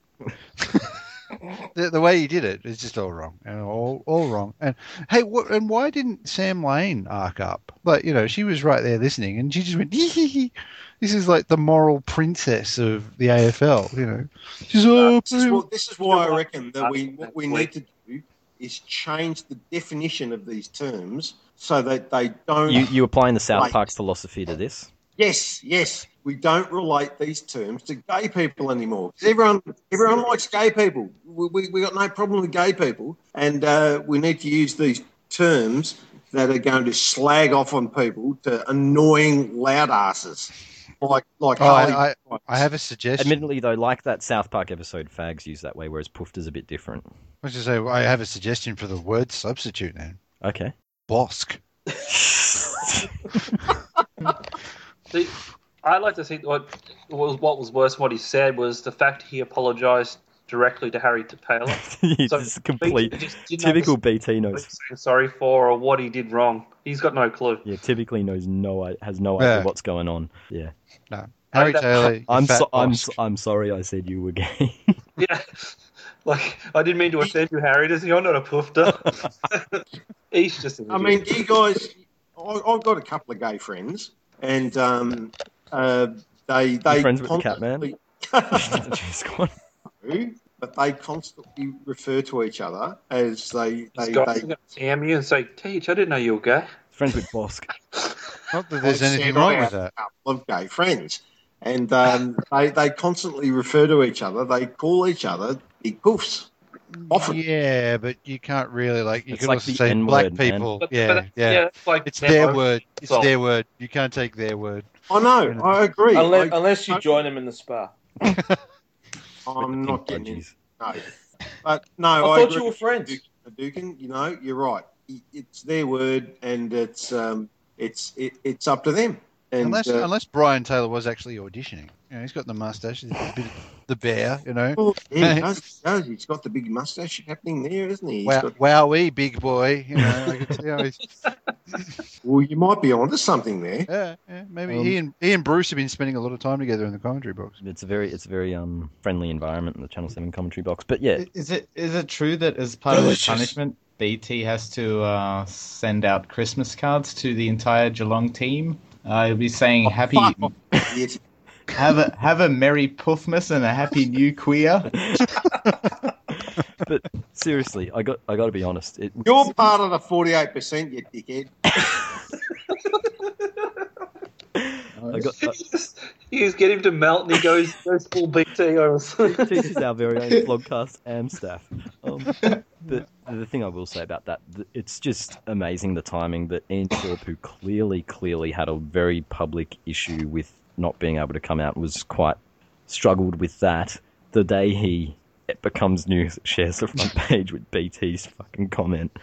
S3: the, the way he did it is just all wrong and all all wrong. And hey, what and why didn't Sam Lane arc up? Like you know, she was right there listening, and she just went. "Hee hee hee." This is like the moral princess of the AFL. You know, she's oh,
S5: This is, what, this is why I reckon that we what we need to do is change the definition of these terms so that they don't.
S7: You you applying the South
S5: Right.
S7: Park philosophy to this?
S5: Yes, yes. We don't relate these terms to gay people anymore. 'Cause Everyone, everyone likes gay people. We, we, we got no problem with gay people, and uh, we need to use these terms that are going to slag off on people to annoying loud asses like like
S3: Oh,
S5: Harley
S3: I, I,
S5: Quinn.
S3: I have a suggestion.
S7: Admittedly, though, like that South Park episode, fags use that way, whereas poofter's a bit different.
S3: I should say I have a suggestion for the word substitute now.
S7: Okay.
S3: Bosk.
S2: See, I like to think what was what was worse. than What he said was the fact he apologized directly to Harry Taylor.
S7: It's
S2: So
S7: just complete
S2: he just didn't
S7: typical
S2: understand what
S7: BT
S2: he
S7: knows.
S2: was saying sorry for or what he did wrong. He's got no clue.
S7: Yeah, typically knows no i- has no idea
S3: Yeah.
S7: what's going on. Yeah,
S3: Harry
S2: that-
S3: Taylor. you
S7: I'm
S3: fat
S7: so, I'm
S3: Bosk.
S7: so, I'm sorry I said you were gay.
S2: Yeah. Like I didn't mean to offend you, Harry. Does he? I'm not a poofter. He's just. an
S5: I
S2: idiot.
S5: mean, do you guys, I, I've got a couple of gay friends, and um, uh, they they
S7: friends with the cat man?
S5: constantly-
S7: Jeez, go on.
S5: but they constantly refer to each other as they they,
S2: He's got-
S5: they
S2: he's gonna scam you and say, "Teach, I didn't know you were gay."
S7: Friends with Bosk.
S3: Not that there's
S5: I've
S3: anything
S5: said
S3: wrong
S5: I
S3: with
S5: have
S3: that.
S5: a couple of gay friends, and um, they they constantly refer to each other. They call each other big poofs. Often.
S3: Yeah, but you can't really like. You
S7: It's
S3: can
S7: like
S3: also
S7: the
S3: say
S7: N
S3: black
S7: word, man.
S3: people.
S2: But,
S3: yeah,
S2: but,
S3: yeah,
S2: it's like
S3: It's
S2: yeah,
S3: their
S2: I-
S3: word. It's
S2: So-
S3: their word. You can't take their word.
S5: I know. I agree.
S6: Unless,
S5: I,
S6: unless you
S5: I-
S6: join him in the spa.
S7: with
S5: I'm
S7: the
S5: not
S7: pink
S5: getting in.
S7: budgies.
S5: No, but no,
S6: I,
S5: I,
S6: thought
S5: agree
S6: you were friends.
S5: with you, Dukin. You know, you're right. It- It's their word, and it's um, it's it, it's up to them. And
S3: unless
S5: uh,
S3: unless Brian Taylor was actually auditioning. You know, he's got the mustache, he's a bit of the bear. You know,
S5: oh, yeah, he does, he does. He's got the big mustache happening there, isn't he? He's
S3: wow,
S5: got-
S3: wowee, big boy. You know, I could see how he's,
S5: well, you might be onto something there.
S3: yeah, yeah, maybe
S7: Um,
S3: he and he and Bruce have been spending a lot of time together in the commentary box.
S7: It's a very it's a very um friendly environment in the Channel Seven commentary box. But yeah,
S4: Is it is it true that as part of the
S5: Delicious.
S4: punishment, BT has to uh, send out Christmas cards to the entire Geelong team? Uh, he'll be saying happy,
S5: Oh, fuck off. Idiot.
S4: have a have a merry Puffmas and a happy new queer.
S7: but seriously, I got I got to be honest. It,
S5: You're part of the 48%, you dickhead.
S7: I got, I,
S2: You just, you just get him to melt and he goes, goes full BT on us.
S7: teaches our very own vlogcast and staff. Um, but the thing I will say about that, th- it's just amazing the timing that Ian Thorpe, who clearly, clearly had a very public issue with not being able to come out, was quite struggled with that. The day he it becomes news, shares the front page with BT's fucking comment.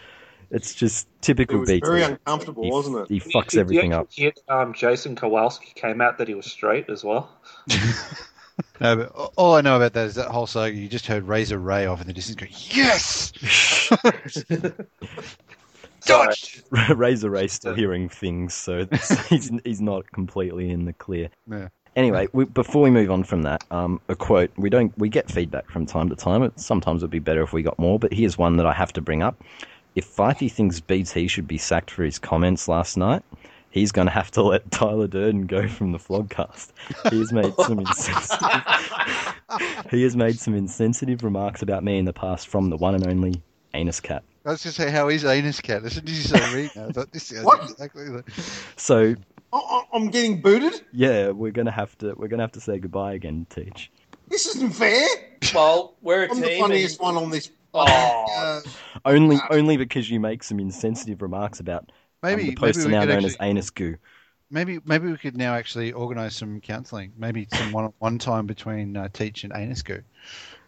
S7: It's just
S5: It
S7: typical
S5: was
S7: BT.
S5: very
S7: he,
S5: uncomfortable, wasn't it?
S7: he fucks everything up.
S2: Yeah, um, Jason Kowalski came out that he was straight as well.
S3: No, but a- all I know about that is that whole saga. You just heard Razor Ray off in the distance going, "Yes,
S2: Sorry.
S7: Razor Ray's still hearing things, so it's- he's he's not completely in the clear.
S3: Yeah.
S7: Anyway, we, before we move on from that, um, a quote. We don't we get feedback from time to time. It, sometimes it'd be better if we got more, but here's one that I have to bring up. If Fighty thinks BT should be sacked for his comments last night, he's going to have to let Tyler Durden go from the vlogcast. He has made some insensitive. he has made some insensitive remarks about me in the past from the one and only Anus Cat.
S3: I was going to say, how is anus cat? As soon as you started reading, I thought this sounds
S5: What?
S3: exactly like.
S7: So
S5: I, I, I'm getting booted?
S7: Yeah, we're gonna have to we're gonna have to say goodbye again, Teach.
S5: This isn't fair.
S6: Well, we're a
S5: I'm the
S6: team.
S5: funniest
S6: and-
S5: one on this. uh,
S6: Oh.
S7: Only only because you make some insensitive remarks about um,
S3: Ah. Maybe
S7: the poster
S3: maybe we
S7: now
S3: could
S7: known
S3: actually,
S7: as Anus Goo.
S3: maybe maybe we could now actually organise some counselling. Maybe some one-on-one time between uh, Teach and Anus Goo.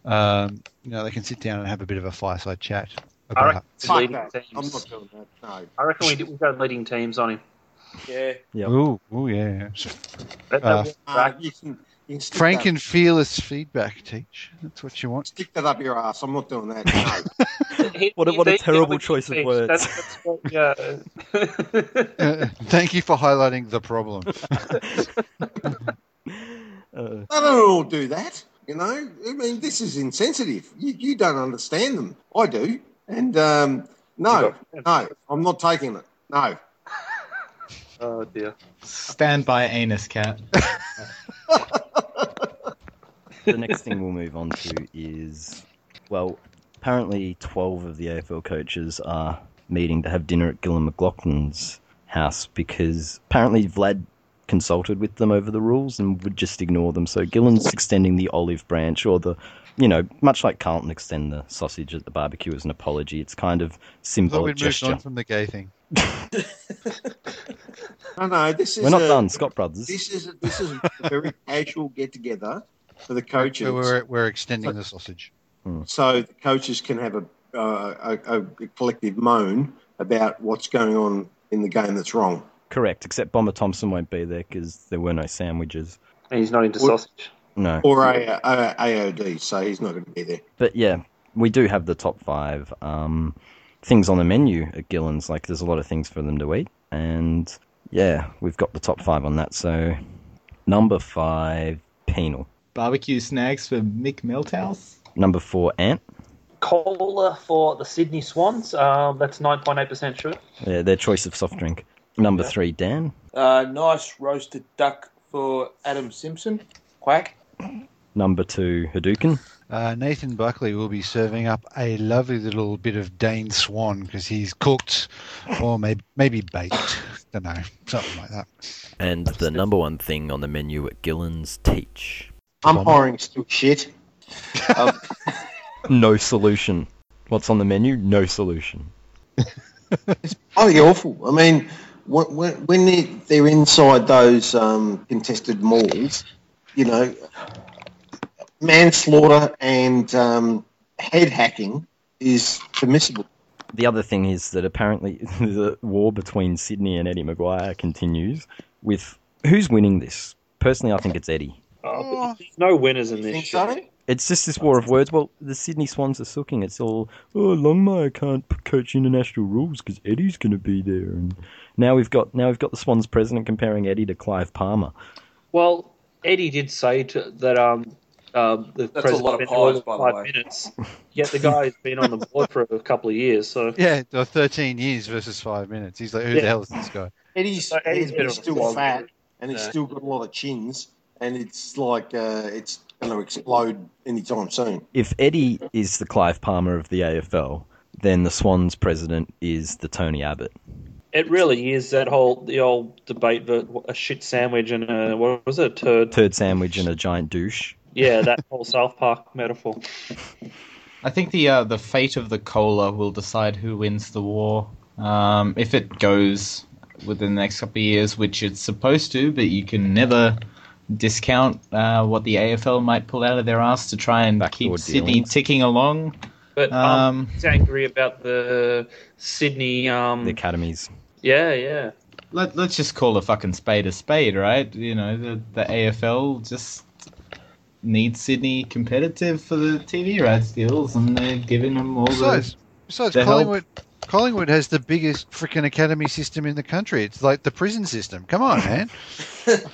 S3: Um, you know, they can sit down and have a bit of a fireside chat.
S2: I reckon
S3: About,
S2: it's
S5: Fuck
S2: leading
S5: that. I'm
S2: teams.
S5: not doing that. No.
S2: I reckon we, we go leading teams on him.
S6: Yeah.
S7: Yep.
S3: Ooh, ooh, yeah. yeah.
S2: That, that
S3: Uh,
S2: will
S5: Uh,
S2: crack.
S5: you can, you can stick,
S3: Frank
S5: that,
S3: and fearless feedback, Teach. That's what you want.
S5: stick that up your ass. I'm not doing that. No.
S2: He-
S7: What a- what a
S2: he- he-
S7: terrible
S2: he-
S7: choice of
S2: he-
S7: words.
S2: That's, that's what, yeah.
S3: Uh, thank you for highlighting the problem.
S7: Uh,
S5: they don't all do that. You know, I mean, this is insensitive. You, you don't understand them. I do. And um, no, no, I'm not taking it. No.
S2: oh dear.
S4: Stand by, anus cat.
S7: the next thing we'll move on to is well, apparently 12 of the AFL coaches are meeting to have dinner at Gillan McLaughlin's house because apparently Vlad consulted with them over the rules and would just ignore them. So Gillan's extending the olive branch or the, you know, much like Carlton extend the sausage at the barbecue as an apology. It's kind of
S3: I thought
S7: symbolic
S3: we'd moved
S7: gesture.
S3: on from the gay thing.
S5: No, no, this is
S7: We're not
S5: a-
S7: done, Scott Brothers.
S5: This is this is a very casual get together for the coaches,
S3: We're, we're, we're extending the sausage.
S5: so the coaches can have a, uh, a a collective moan about what's going on in the game that's wrong.
S7: Correct, except Bomber Thompson won't be there because there were no sandwiches.
S2: And he's not into
S5: What-
S2: sausage.
S7: No.
S5: Or a, a, AOD, so he's not going to be there.
S7: but yeah, we do have the top five um, things on the menu at Gillen's. Like, there's a lot of things for them to eat, and yeah, we've got the top five on that. So, number five, penal.
S4: Barbecue snags for Mick Melthouse.
S7: Number four, ant.
S2: Cola for the Sydney Swans. Um, that's nine point eight percent sugar.
S7: Yeah, their choice of soft drink. Number three, Dan.
S6: Uh, nice roasted duck for Adam Simpson. Quack.
S7: Number two, Hadouken.
S3: Uh, Nathan Buckley will be serving up a lovely little bit of Dane Swan because he's cooked or maybe, maybe baked. Don't know. Something like that.
S7: And the number one thing on the menu at Gillen's, teach.
S5: I'm hiring still shit.
S7: No solution. What's on the menu? No solution.
S5: I think they're Oh, awful. I mean, wh- wh- when they- they're inside those um, contested malls, you know, manslaughter and um, head hacking is permissible.
S7: the other thing is that apparently the war between Sydney and Eddie Maguire continues with who's winning this. Personally, I think it's Eddie.
S2: Oh, but there's no winners in this.
S5: Think
S2: shit.
S5: so?
S7: It's just this war of words. Well, the Sydney Swans are sooking. It's all, oh, Longmire can't p- coach international rules because Eddie's going to be there. And now we've got now we've got the Swans president comparing Eddie to Clive Palmer.
S2: Well, Eddie did say to, that um, um, the
S6: That's a
S2: president
S6: lot of
S2: been
S6: pies,
S2: oil
S6: by the
S2: five
S6: way.
S2: minutes. Yet the guy's been on the board for a couple of years, so
S3: Yeah, the 13 years versus five minutes. He's like, who
S2: Yeah.
S3: the hell is this guy?
S5: Eddie's,
S2: So Eddie's a
S5: Eddie's,
S2: bit of a
S5: still
S2: flog.
S5: fat and he's
S2: Yeah.
S5: still got a lot of chins, and it's like uh, it's going to explode anytime soon.
S7: If Eddie is the Clive Palmer of the AFL, then the Swans president is the Tony Abbott.
S2: it really is that whole the old debate that a shit sandwich and a what was it a turd?
S7: Turd sandwich and a giant douche.
S2: Yeah, that whole South Park metaphor.
S4: I think the uh, the fate of the cola will decide who wins the war. Um, if it goes within the next couple of years, which it's supposed to, but you can never discount uh, what the AFL might pull out of their ass to try and
S7: Backdoor
S4: keep Sydney
S7: dealings.
S4: ticking along.
S2: But um,
S4: Um,
S2: he's angry about the Sydney. Um,
S7: The academies.
S2: yeah, yeah.
S4: let, let's just call a fucking spade a spade, right? You know, the, the AFL just needs Sydney competitive for the TV rights deals, and they're giving them all the.
S3: Besides, besides
S4: the help-
S3: Collingwood, Collingwood has the biggest freaking academy system in the country. It's like the prison system. Come on, man.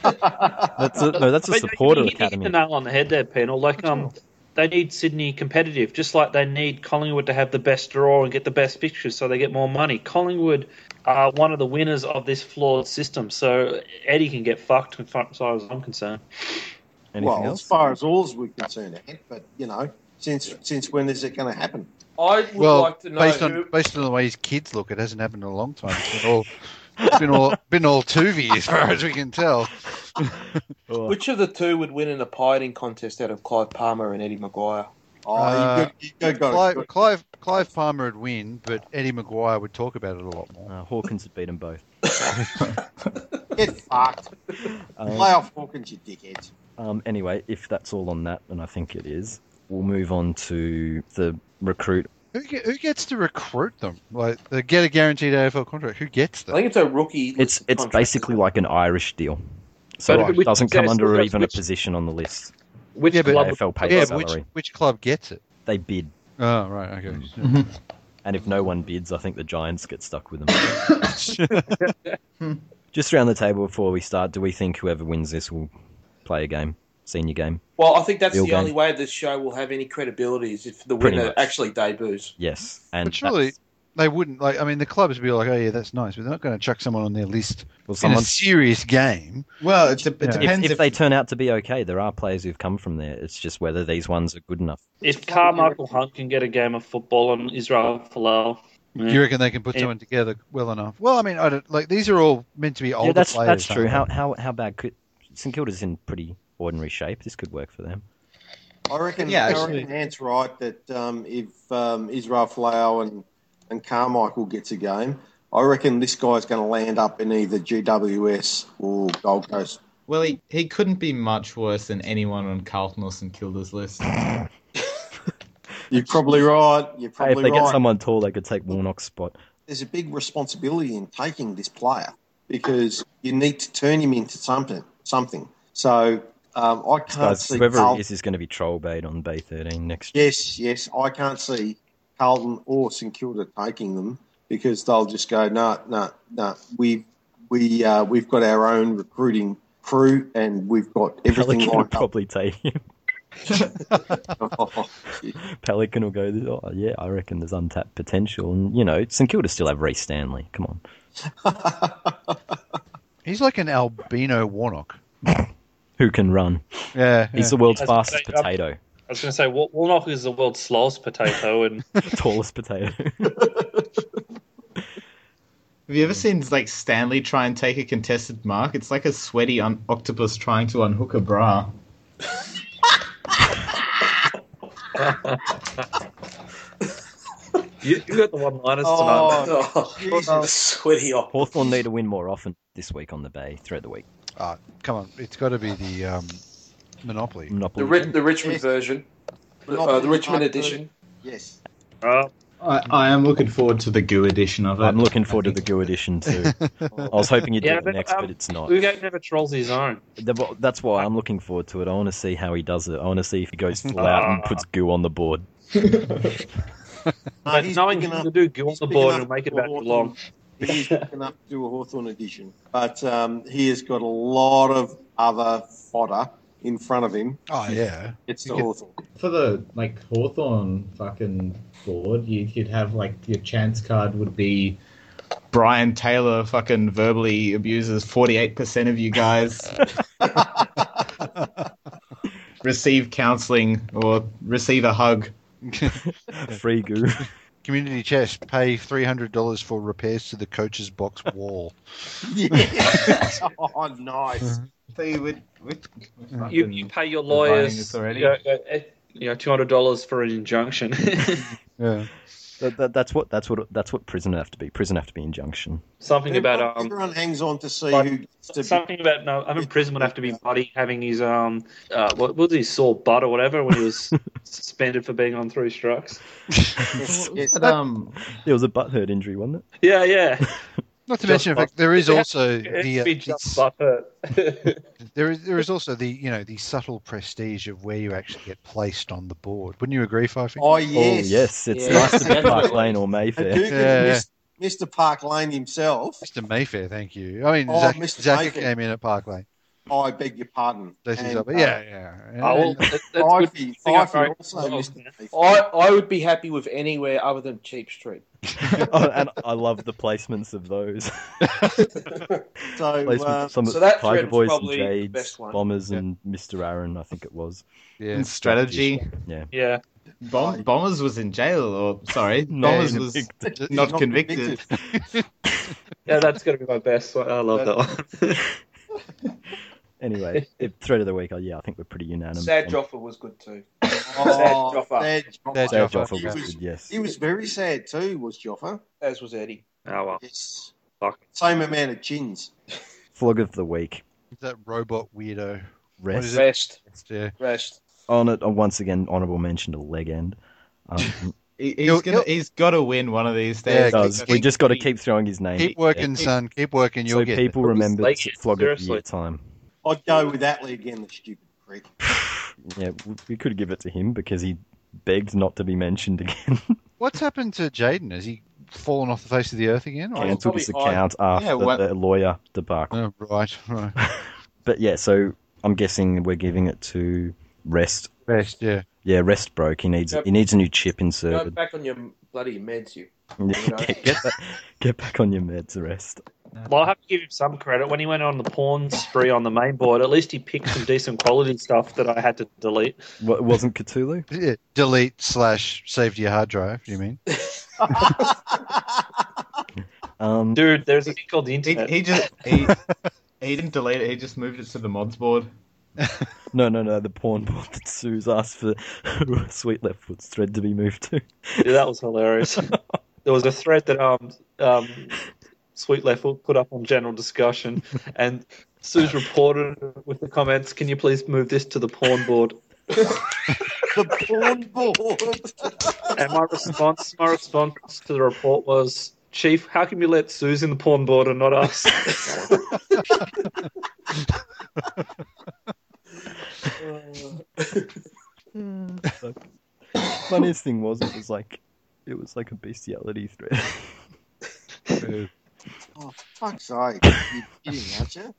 S7: That's a, no, that's a
S2: But
S7: supporter
S2: you hit- you hit
S7: academy.
S2: the nail on the head there, Penal. Like um, they need Sydney competitive, just like they need Collingwood to have the best draw and get the best fixtures, so they get more money. Collingwood are one of the winners of this flawed system, so Eddie can get fucked as far as I'm concerned.
S7: Anything
S5: well,
S7: else?
S5: as far as all's we're concerned, Ed, but you know, since since when is it going to happen?
S6: I would
S3: well,
S6: like to know
S3: based on
S6: who.
S3: based on the way his kids look, it hasn't happened in a long time. It's been all it's been all been all Tuvi as far as we can tell.
S7: Oh,
S6: Which of the two would win in a pie eating contest out of Clive Palmer and Eddie Maguire?
S5: Oh,
S3: Uh,
S5: you got, you got, got,
S3: Clive, Clive Clive Palmer would win, but Eddie Maguire would talk about it a lot more.
S7: Uh, Hawkins had beat them both.
S5: Get fucked. Play
S7: Um,
S5: off Hawkins, you dickhead.
S7: um, anyway, if that's all on that, and I think it is, we'll move on to the recruit.
S3: Who, ge- who gets to recruit them? Like, they get a guaranteed AFL contract. Who gets
S6: I
S3: them?
S6: think it's a rookie.
S7: It's it's
S6: contract.
S7: basically like an Irish deal, so
S9: But
S7: it
S9: which-
S7: doesn't come
S9: yes,
S7: under
S9: yes,
S7: even
S9: which-
S7: a position on the list.
S9: Which
S3: Yeah, but-
S9: club-
S7: AFL pay
S3: yeah, but
S7: salary. Mm.
S3: which which club gets it?
S7: They bid,
S3: Oh, right, okay.
S7: and if no one bids, I think the Giants get stuck with them. Just around the table before we start, do we think whoever wins this will play a game, senior game?
S6: Well, I think that's
S7: Real
S6: the
S7: game.
S6: only way this show will have any credibility is if the
S7: Pretty
S6: winner
S7: much.
S6: actually debuts.
S7: Yes, and
S3: But surely
S7: that's-
S3: they wouldn't like. I mean, the clubs would be like, "Oh yeah, that's nice," but they're not going to chuck someone on their list in
S7: well,
S3: a
S7: someone
S3: serious game.
S4: Well, it, de- it
S3: Yeah. If-
S4: depends
S7: if, if they turn out to be okay, there are players who've come from there. It's just whether these ones are good enough.
S2: If Carmichael Hunt can get a game of football on Israel Folau,
S7: Mm.
S3: Do you reckon they can put
S2: Yeah.
S3: someone together well enough? Well, I mean, I don't like. These are all meant to be older
S7: yeah, that's
S3: players.
S7: that's true.
S3: aren't
S7: How how how bad could St Kilda's in pretty ordinary shape. This could work for them.
S5: I reckon.
S4: Yeah,
S5: Yeah, I
S4: actually-
S5: reckon Ant's right that um, if um, Israel Folau and and Carmichael gets a game, I reckon this guy's going to land up in either GWS or Gold Coast.
S4: Well, he, he couldn't be much worse than anyone on Carlton or St Kilda's list.
S5: You're probably right. You're
S7: Hey, if
S5: probably
S7: they
S5: right.
S7: get someone tall, they could take Warnock's spot.
S5: There's a big responsibility in taking this player because you need to turn him into something. Something. So um, I can't
S7: Guys,
S5: see
S7: whoever
S5: Carl-
S7: it is is going to be troll bait on Bay thirteen next. year.
S5: Yes, yes. I can't see Carlton or St Kilda taking them because they'll just go, no, no, no. We we uh, we've got our own recruiting crew and we've got everything
S7: Pelican will
S5: lined up.
S7: probably take him. Pelican will go. Oh yeah, I reckon there's untapped potential, and you know St Kilda still have Reece Stanley. Come on,
S3: they? He's like an albino Warnock.
S7: who can run?
S3: Yeah, yeah.
S7: He's the world's
S2: As a
S7: fastest
S2: potato.
S7: potato,
S2: I was going to say Wal- Warnock is the world's slowest potato, and
S7: tallest potato.
S4: Have you ever seen like Stanley try and take a contested mark? It's like a sweaty un- octopus trying to unhook a bra.
S9: You, you got the one liners tonight.
S6: Oh,
S2: uh,
S6: sweaty op.
S7: Hawthorn need to win more often this week on the Bay throughout the week.
S3: Ah, come on, it's got to be the um, Monopoly.
S7: Monopoly.
S6: The, Ri- the Richmond
S5: Yes.
S6: version, uh, the Richmond edition.
S5: Yes.
S2: uh,
S4: I, I am looking forward to the goo edition of it.
S7: I'm looking forward to the goo edition too. I was hoping you'd
S2: Yeah,
S7: do it
S2: but,
S7: next,
S2: um,
S7: but it's not.
S2: Ugate never trolls his own.
S7: Th- well, That's why I'm looking forward to it. I want to see how he does it. I want to see if he goes full out and
S6: Ah.
S7: puts goo on the board.
S5: No,
S2: But
S5: he's
S2: knowing
S5: picking
S2: him
S5: up-
S2: to do go on
S5: he's
S2: the
S5: picking
S2: board
S5: up
S2: and make it
S5: for
S2: about
S5: Hawthorn.
S2: long.
S5: he is picking up to do a Hawthorn edition, but um, he has got a lot of other fodder in front of him.
S3: Oh yeah,
S5: It's
S3: You
S5: the
S3: could-
S5: Hawthorn.
S4: For the like Hawthorn fucking board, you, you'd have like your chance card would be Brian Taylor fucking verbally abuses 48% of you guys. receive counseling or receive a hug.
S7: Free goo.
S3: community chess. Pay three hundred dollars for repairs to the coach's box wall.
S5: Yes. oh, nice.
S4: They would. would
S2: You, you pay your
S4: buying
S2: lawyers,
S4: this already.
S2: you know, uh, uh, you know, two hundred dollars for an injunction.
S3: Yeah,
S7: That, that, that's what that's what that's what prison have to be. Prison have to be injunction.
S2: something about
S5: Everyone-
S2: um,
S5: everyone hangs on to see
S2: but-
S5: who gets to be
S2: something about no. I mean, prison would have to be Buddy having his um, uh, what, what was he saw butt or whatever when he was suspended for being on three strikes.
S5: Yes, yes.
S4: But, um,
S7: There was a butthurt injury, wasn't it?
S2: Yeah, yeah.
S3: not to
S2: Just
S3: mention, in fact, there is
S2: It
S3: also
S2: It'd
S3: the, uh,
S2: be
S3: the
S2: just butt hurt.
S3: There is there is also the you know the subtle prestige of where you actually get placed on the board. Wouldn't you agree, Fifi?
S5: Oh yes,
S7: Oh yes, it's
S6: Yeah.
S7: nice to be Park
S6: Definitely.
S7: Lane
S4: Oh,
S7: or
S5: And
S7: Mayfair.
S5: Dugan,
S3: Yeah, yeah.
S5: Mis- Mr. Park Lane himself.
S3: Mr. Mayfair, thank you. I mean,
S5: Oh,
S3: Zach,
S5: Mr.
S3: Zach
S5: Mayfair.
S3: came in at Park Lane.
S5: I beg your pardon.
S3: This is
S5: And,
S3: up.
S5: uh,
S3: Yeah, yeah. yeah.
S2: Oh, well, that- that's good
S5: Fifey-
S2: thing I
S5: Fifey
S2: wrote-
S5: also
S2: Oh,
S5: missed
S2: yeah.
S5: it.
S6: I, I would be happy with anywhere other than Cheap Street.
S7: oh, and I love the placements of those.
S5: So,
S7: Placements
S5: uh,
S7: of some
S6: so that
S7: Tiger
S6: thread's
S7: Boys and
S6: probably the
S7: Jades,
S6: best one.
S7: Bombers
S3: Yeah.
S7: and Mr. Aaron, I think it was.
S3: yeah.
S4: in strategy.
S7: Yeah.
S2: yeah.
S4: Bomb- Bombers was in jail, or sorry,
S3: No,
S4: Bombers
S3: he's
S4: was
S5: he's
S4: not convicted.
S2: Yeah, that's gonna be my best one. I love that one.
S7: Anyway, if thread of the week, oh, yeah, I think we're pretty unanimous.
S6: Sad
S7: on-
S6: Joffa was good too.
S5: Oh,
S6: Joffa.
S5: sad Joffa.
S3: Sad
S7: Sad
S3: Joffa.
S7: Joffa
S5: He
S7: was
S5: was-
S7: good, yes.
S5: He was very sad too, was Joffa.
S6: As was Eddie.
S2: oh well,
S5: Yes.
S2: fuck.
S5: Same amount of chins.
S7: Flog of the week.
S3: that robot weirdo.
S7: Rest.
S3: is it?
S6: Rest,
S3: Yeah.
S6: rest.
S7: on it. uh, Once again, honorable mention to Legend. Um,
S4: He, he's
S3: You'll-
S4: gonna,
S3: you'll-
S4: he's got to win one of these
S3: Yeah,
S4: days.
S7: does.
S4: Because
S7: we just got to
S4: he-
S7: keep throwing his name.
S3: Keep working, son. Keep working. You'll
S7: so
S3: get
S7: people
S9: What was
S7: remember it's
S9: Legend?
S7: Flog of the
S9: Seriously?
S7: Year time.
S5: I'd go with Atlee again, the stupid prick.
S7: Yeah, w- we could give it to him because he begged not to be mentioned again.
S3: What's happened to Jaden? Has he fallen off the face of the earth again? Or-
S7: and took his
S6: probably odd.
S7: account after
S4: Yeah, what-
S7: the lawyer debacle.
S3: Oh, right, right.
S7: But yeah, so I'm guessing we're giving it to Rest.
S3: Best, yeah.
S7: Yeah, Rest broke. He needs
S6: Yep.
S7: he needs a new chip
S6: Go
S7: inserted.
S6: back on your bloody meds, you.
S7: Yeah,
S6: back.
S7: get, get back, get back on your meds, Rest.
S2: Well, I have to give him some credit. When he went on the porn spree on the main board, at least he picked some decent quality stuff that I had to delete.
S7: What wasn't Cthulhu?
S3: Yeah, Delete slash save to your hard drive, do you mean?
S7: Um,
S2: Dude, there's a thing called the
S4: He,
S2: internet.
S4: he just he, he didn't delete it. He just moved it to the mods board.
S7: No, no, no. The porn board that Sue's asked for Sweet Left Foot's thread to be moved to.
S2: Yeah, that was hilarious. there was a thread that um, um, Sweet Leffel put up on general discussion, and Sue's reported with the comments, "Can you please move this to the porn board?"
S5: The porn board.
S2: And my response, my response to the report was, "Chief, how can you let Sue's in the porn board and not us?"
S7: Funniest thing was, it was like, it was like a bestiality thread.
S5: oh, fuck's sake. You're kidding, aren't you?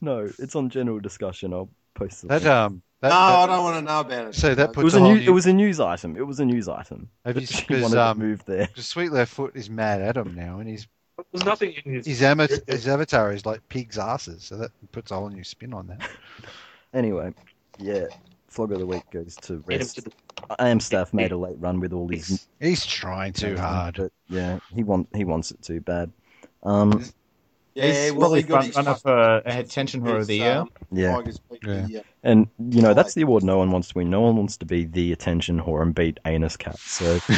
S7: no, it's on general discussion. I'll post the
S3: That,
S7: link.
S3: um, that,
S5: No, I don't want to know about it.
S3: So that
S7: It
S3: puts
S7: was
S3: a
S7: a
S3: whole
S7: new,
S3: new-
S7: It was a news item. It was a news item.
S3: Have
S7: But
S3: you-
S7: she
S3: 'cause,
S7: wanted to
S3: um,
S7: move there.
S3: that, Sweet Left Foot is mad at him now, and he's,
S2: There's nothing in his
S3: his, amit- his avatar is like pig's asses, so that puts a whole new spin on that.
S7: Anyway, yeah. Flog of the week goes to
S2: Get him
S7: rest.
S2: to the
S7: I am staff made a late run with all these.
S3: He's trying too hard.
S7: But yeah, he want he wants it too bad. Um,
S5: Yeah,
S4: he's
S5: well,
S4: probably
S5: he got
S4: front
S5: his
S4: runner
S5: fucking-
S4: for attention horror of the
S5: his,
S4: year.
S5: um,
S7: yeah.
S5: Tigers beat the, uh,
S7: And you know that's the award no one wants to win. No one wants to be the attention whore and beat anus cat. So he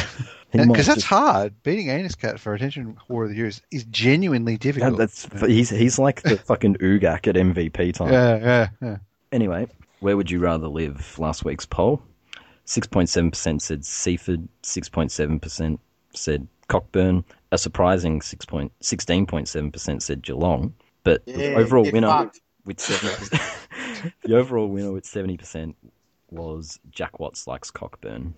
S7: might
S3: Because that's
S7: just-
S3: hard. Beating Anus Cat for attention whore of the year is, is genuinely
S7: that-
S3: difficult.
S7: that's he's he's like the fucking Ugak at MVP time.
S3: yeah, yeah, yeah.
S7: Anyway, where would you rather live? Last week's poll, six point seven percent said Seaford, six point seven percent said Cockburn. A surprising 16.7 percent said Geelong, but the
S5: uh, yeah,
S7: overall
S5: get
S7: winner
S5: fucked.
S7: with seventy percent. the overall winner with seventy percent was Jack Watts likes Cockburn.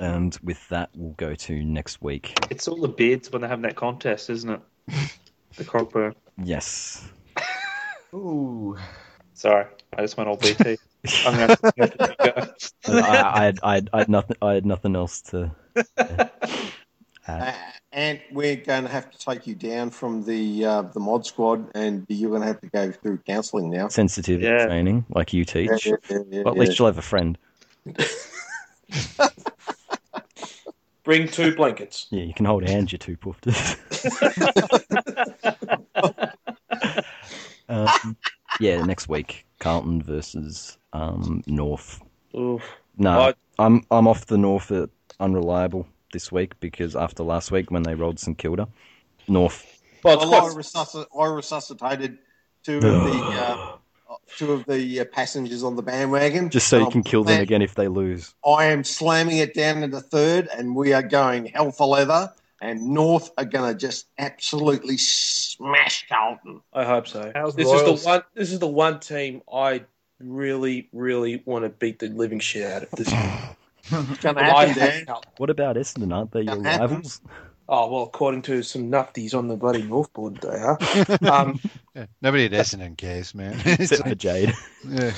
S7: and with that, we'll go to next week.
S2: It's all the beards when they're having that contest, isn't it? The cockburn.
S7: Yes.
S4: Ooh,
S2: Sorry, I just went all BT. I'm gonna have to- I'm gonna have to go.
S7: I, I, I, had, I, had, I had nothing. I had nothing else to.
S5: Uh, and we're going to have to take you down from the uh, the mod squad, and you're going to have to go through counselling now.
S7: Sensitivity
S2: Yeah.
S7: training, like you
S5: Yeah,
S7: teach.
S5: yeah, yeah, yeah,
S7: Well, at
S5: yeah.
S7: least you'll have a friend.
S6: Bring two blankets.
S7: Yeah, you can hold hands, you two poofters. um, yeah, next week, Carlton versus um, North.
S6: Oof.
S7: No,
S6: I-
S7: I'm I'm off the North at unreliable this week because after last week when they rolled St Kilda, North.
S6: Well, it's
S5: Well, I,
S6: quite,
S5: resusc- I resuscitated two of the uh, two of the uh, passengers on the bandwagon.
S7: Just so you
S5: Um,
S7: can kill them
S5: man,
S7: again if they lose.
S5: I am slamming it down into third, and we are going hell for leather. And North are going to just absolutely smash Carlton.
S6: I hope so.
S2: How's
S6: this is
S2: Royals?
S6: the one. This is the one team I really, really want to beat the living shit out of. This.
S5: It's going to
S6: I
S5: happen,
S6: hate
S5: Dan.
S6: Carlton.
S7: What about Essendon? Aren't they your
S5: That happens.
S7: rivals?
S6: oh well, according to some nufties on the bloody North Board, they are. Um,
S3: Yeah. Nobody at Essendon cares, man. It's
S7: Except
S3: like-
S7: for Jade.
S3: yeah.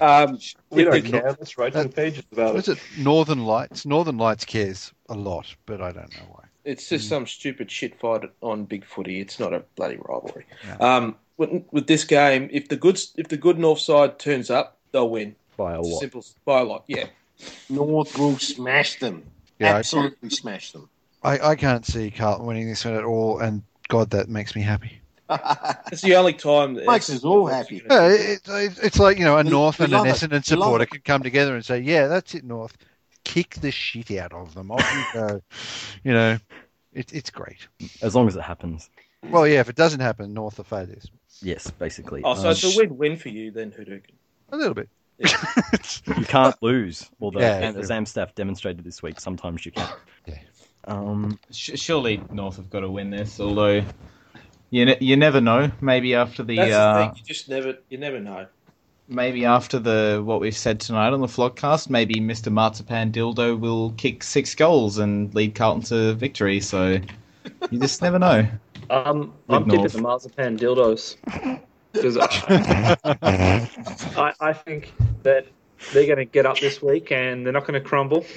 S6: um,
S2: We
S6: with
S2: don't
S6: the-
S2: care. Let's write two pages
S5: Oh.
S2: about
S3: What
S2: it.
S3: is it? Northern Lights. Northern Lights cares a lot, but I don't know why.
S6: It's just some stupid shit fight on Big Footy. It's not a bloody rivalry.
S3: Yeah.
S6: Um, with, with this game, if the good if the good North side turns up, they'll win.
S7: By a
S6: It's
S7: lot.
S6: Simple by a lot. Yeah.
S5: North will smash them.
S3: Yeah, I-
S5: absolutely smash them.
S3: I, I can't see Carlton winning this one at all, and God, that makes me happy.
S6: It's the only time that
S5: Makes us all happy.
S3: Yeah, it, it, it's like, you know, a
S5: We-
S3: North
S5: we
S3: and an
S5: love it.
S3: Essendon
S5: We love
S3: supporter
S5: it.
S3: could come together and say, yeah, that's it, North. Kick the shit out of them. Off you go. You know, It, it's great.
S7: as long as it happens.
S3: Well, yeah, if it doesn't happen, North of failures.
S7: Yes, basically.
S9: Oh, so
S7: Um,
S9: it's a win-win for you then, Hudukin.
S3: A little bit.
S7: you can't lose. Although,
S3: Yeah,
S7: and
S3: true.
S7: as Amstaff demonstrated this week, sometimes you can.
S3: Yeah.
S7: Um,
S4: Sh- surely North have got to win this, although you ne- you never know. Maybe after the,
S9: That's
S4: uh,
S9: the thing. You just never, you never know.
S4: maybe after the what we've said tonight on the vlogcast, maybe Mr. Marzipan Dildo will kick six goals and lead Carlton to victory. So you just never know.
S2: Um,
S4: With
S2: I'm dipping
S4: North.
S2: the marzipan dildos because I, I, I think that they're going to get up this week and they're not going to crumble.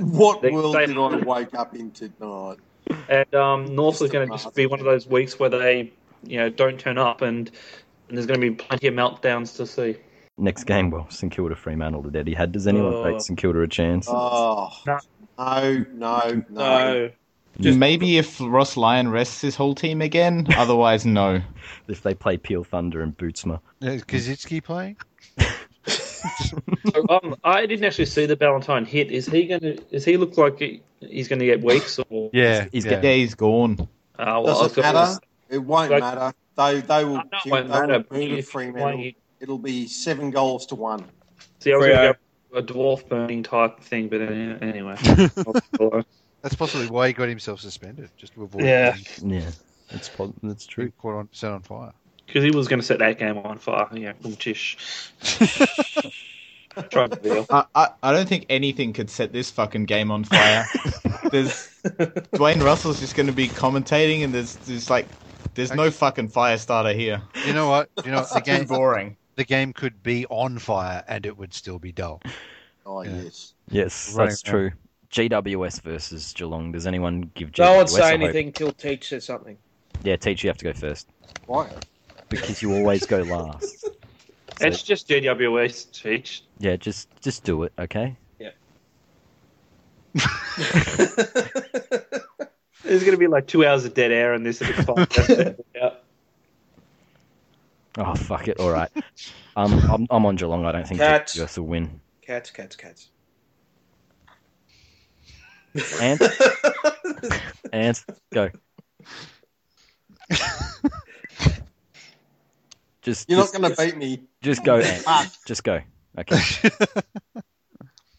S5: What
S2: They-
S5: world
S2: they-
S5: did I wake up in tonight?
S2: And um, North is going to just be one of those weeks where they, you know, don't turn up and, and there's going to be plenty of meltdowns to see.
S7: next game, well, St Kilda Fremantle to Daddy had. Does anyone
S9: Oh.
S7: rate St Kilda a chance?
S9: uh,
S5: Oh,
S2: No.
S5: no, no, no.
S9: No, Just-
S4: maybe if Ross Lyon rests his whole team again, otherwise no.
S7: If they play Peel Thunder and Bootsma,
S3: Is Kaczynski playing?
S2: So, um, I didn't actually see the Valentine hit. Is he going to? Is he look like he, he's going to get weeks or?
S3: Yeah,
S7: He's
S3: yeah.
S7: getting-
S4: Yeah, he's gone.
S2: Uh, well, I was
S5: Doesn't
S2: gonna
S5: matter.
S2: say-
S5: It won't
S2: Like-
S5: matter. They they will.
S2: I know it
S5: they
S2: won't
S5: will
S2: matter. but
S5: murder
S2: if you're
S5: Fremantle.
S2: playing-
S5: It'll be seven goals to one.
S2: See, I was
S9: Freo.
S2: going to go a dwarf burning type thing, but any- anyway.
S3: That's possibly why he got himself suspended, just to avoid
S2: Yeah.
S3: being-
S7: yeah, that's po- that's true.
S3: being caught on set on fire.
S2: Because he was going to set that game on fire. Yeah, boom, tish. Try and reveal.
S4: I, I, I don't think anything could set this fucking game on fire. there's Dwayne Russell's just going to be commentating, and there's there's like there's no fucking fire starter here.
S3: You know what? You know what? the
S4: It's been
S3: game.
S4: boring.
S3: The game could be on fire and it would still be dull.
S5: Oh
S3: Yeah.
S5: yes.
S7: Yes,
S3: Right,
S7: that's
S3: yeah.
S7: true. GWS versus Geelong. Does anyone give GWS?
S9: no one
S7: a
S9: say
S7: hope?
S9: anything till Teach says something.
S7: Yeah, teach you have to go first
S5: Why?
S7: because you always go last.
S2: It's just GWS teach.
S7: Yeah, just just do it, okay?
S2: There's going to be like two hours of dead air in this at the podcast. yeah.
S7: Oh fuck it, all right. um, I'm I'm on Geelong. I don't think
S9: Cats.
S7: GWS will win.
S9: Cats, cats, cats.
S7: And and go. just
S5: You're not
S7: just,
S5: going to beat me.
S7: just go. Ant.
S5: Ah.
S7: Just go. Okay.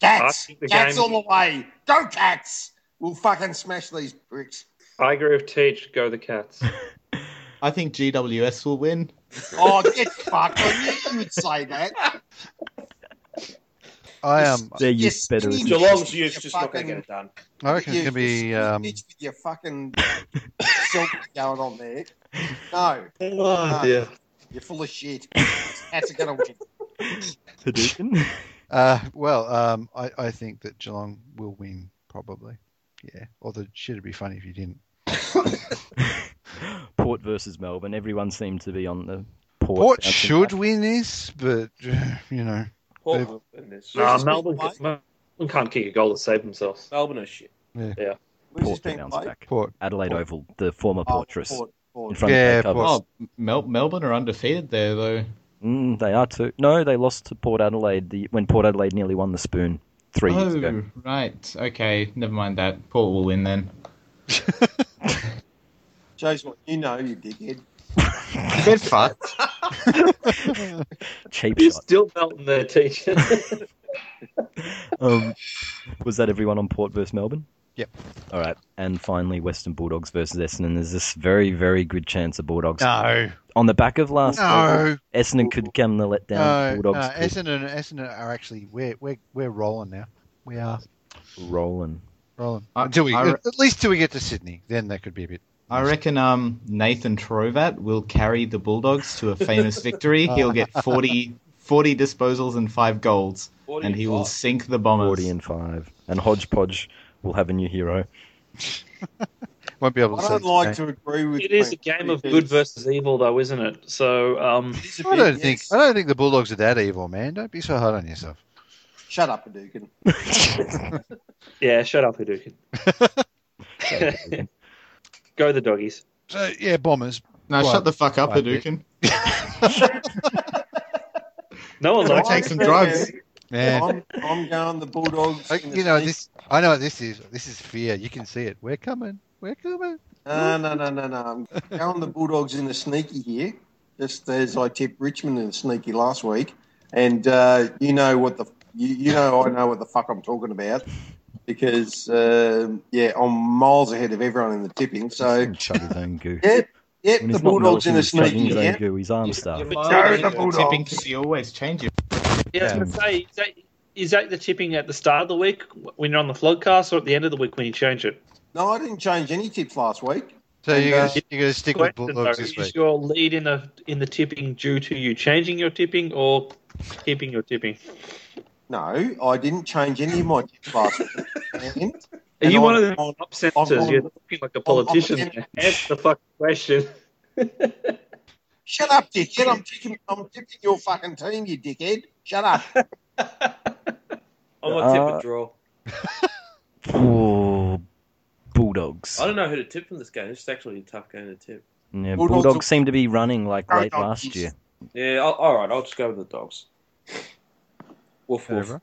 S5: Cats,
S2: I think the
S5: cats
S2: game-
S5: all the way. Go cats. We'll fucking smash these bricks.
S2: I agree with teach. Go the cats.
S4: I think GWS will win.
S5: Oh, get fucked! I knew you would say that.
S3: I am.
S7: They're
S5: You're
S7: used better.
S5: singing
S7: isn't it?
S9: Geelong's
S5: You're
S9: youth's just not going to
S5: fucking-
S9: get it done.
S3: I reckon it's going to be.
S5: you're
S3: Um,
S5: bitch with your fucking silk going on there. No,
S9: Oh,
S5: dear. you're full of shit. Cats are going to win.
S7: Hadouken?
S3: uh, well, um, I, I think that Geelong will win probably. Yeah. Although shit, it'd be funny if you didn't.
S7: Port versus Melbourne. Everyone seemed to be on the Port.
S3: Port
S7: bouncing
S3: should
S7: back.
S3: win this, but you know,
S9: Portland win this.
S2: no, Melbourne, Melbourne can't kick a goal to save themselves.
S9: Melbourne are shit.
S5: Where's this
S7: Port
S5: being
S7: bounce
S5: played?
S7: back.
S3: Port.
S7: Adelaide
S3: Port.
S7: Oval, the former
S5: Oh,
S7: Portress,
S5: Port, Port.
S7: in front
S3: Yeah,
S7: of their covers.
S3: Port.
S4: Oh, Mel- Melbourne are undefeated there though.
S7: Mm, they are too. No, they lost to Port Adelaide the, when Port Adelaide nearly won the spoon three years ago.
S4: Oh, right. Okay, never mind that. Port will win then.
S5: Joe's what you know, you dickhead.
S4: Get fucked.
S3: Oh.
S7: Cheap
S2: You're
S7: shot.
S2: still melting their teacher.
S7: Um, was that everyone on Port versus Melbourne?
S3: Yep.
S7: All right. And finally, Western Bulldogs versus Essendon. There's this very, very good chance of Bulldogs.
S5: Oh.
S3: No,
S7: On the back of last week,
S3: no,
S7: Essendon could come the letdown.
S3: no. no.
S7: Bulldogs could
S3: Essendon, Essendon are actually we're we're we're rolling now. We are
S7: rolling.
S3: rolling
S4: I-
S3: until we
S4: I re-
S3: at least till we get to Sydney. Then they could be a bit.
S4: I reckon um Nathan Trovat will carry the Bulldogs to a famous victory. He'll get 40, 40 disposals and five goals.
S9: What do
S4: and
S9: you
S4: he will
S9: got?
S4: sink the bombers.
S7: 40 and 5. And Hodgepodge will have a new hero.
S3: Won't be able to.
S5: I
S3: see
S5: don't
S3: the
S5: like
S3: game.
S5: to agree with.
S2: it is a
S5: Clint.
S2: game of
S5: It
S2: good
S5: is-
S2: versus evil, though, isn't it? So, um,
S5: it is a
S3: I
S5: big
S3: don't think
S5: yes.
S3: I don't think the Bulldogs are that evil, man. Don't be so hard on yourself.
S5: Shut up, Hadouken.
S2: yeah, shut up, Hadouken. Go the doggies.
S3: So yeah, bombers.
S4: Now
S3: Well,
S4: shut the fuck up,
S3: quite a bit.
S4: Hadouken.
S2: No one
S4: Gotta
S2: likes
S4: take some drugs.
S3: Man,
S5: I'm, I'm going the Bulldogs.
S3: I-
S5: in the
S3: you know
S5: sneak-
S3: this. I know what this is. This is fear. You can see it. We're coming. We're coming.
S5: No, Uh, no, no, no, no. I'm going the Bulldogs in the sneaky here, just as I tipped Richmond in the sneaky last week. And uh, you know what the you, you know I know what the fuck I'm talking about because um yeah, I'm miles ahead of everyone in the tipping. So
S7: chug his own goo.
S5: yep, yep,
S7: When
S5: the
S7: he's not
S5: Bulldogs in
S7: Melton,
S5: the
S7: he's chugging
S5: sneaky.
S7: his own
S5: Yeah,
S7: goo. He's arm
S4: You're
S7: starved.
S5: Go
S4: miles
S5: the
S4: ahead of
S5: Bulldogs.
S4: tipping 'cause you always change it.
S2: Yeah, I was going to say, is that, is that the tipping at the start of the week when you're on the floodcast or at the end of the week when you change it?
S5: no, I didn't change any tips last week.
S3: So
S5: And,
S3: you're gonna,
S5: uh,
S3: you're gonna stick with
S2: Question, though,
S3: Bulldogs this
S2: is
S3: week.
S2: your lead in the in the tipping due to you changing your tipping or keeping your tipping?
S5: No, I didn't change any of my tips last week. And
S2: Are
S5: And
S2: you
S5: I'm-
S2: one of the
S5: I'm-
S2: top senators?
S5: I'm-
S2: You're talking like a politician.
S5: I'm-
S2: Answer the fucking question.
S5: shut up, dickhead! I'm tipping, I'm tipping your fucking team, you dickhead. Shut up.
S6: I'm gonna tip
S7: Uh,
S6: a draw.
S7: Ooh, Bulldogs.
S6: I don't know who to tip in this game. This is actually a tough game to tip.
S7: Yeah,
S5: Bulldogs
S7: Bulldogs,
S5: are-
S7: seem to be running like
S5: Go
S7: late
S5: Dogs.
S7: last year.
S6: Yeah, I'll, all right. I'll just go with the dogs. Woof woof.
S3: Everyone.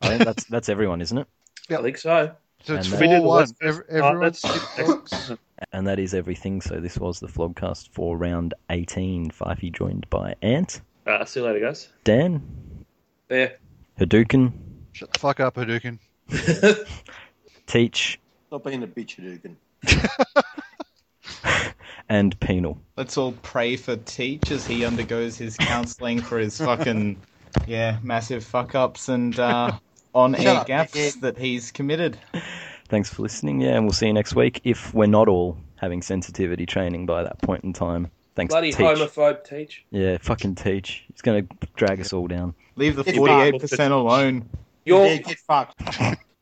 S7: I think that's that's everyone, isn't it?
S3: Yep.
S6: I think so.
S3: So it's
S7: And then-
S3: four one.
S2: Oh,
S3: Everyone's
S2: that's
S3: Bulldogs.
S7: And that is everything. So this was the Flogcast for round 18. Fifey joined by Ant,
S2: Uh, see you later, guys.
S7: Dan,
S6: Yeah.
S7: Hadouken,
S3: Shut the fuck up, Hadouken.
S7: Teach,
S5: Stop being a bitch, Dugan.
S7: and Penal.
S4: Let's all pray for Teach as he undergoes his counselling for his fucking yeah massive fuck ups and uh, on
S5: Shut
S4: air
S5: up,
S4: gaps
S5: dickhead.
S4: that he's committed.
S7: Thanks for listening. Yeah, and we'll see you next week if we're not all having sensitivity training by that point in time. Thanks,
S6: Bloody
S7: Teach.
S6: homophobe teach.
S7: Yeah, fucking Teach. He's going to drag us all down.
S4: Leave the
S5: It's
S4: forty eight percent
S2: fine.
S4: alone.
S6: You're
S5: yeah, get fucked.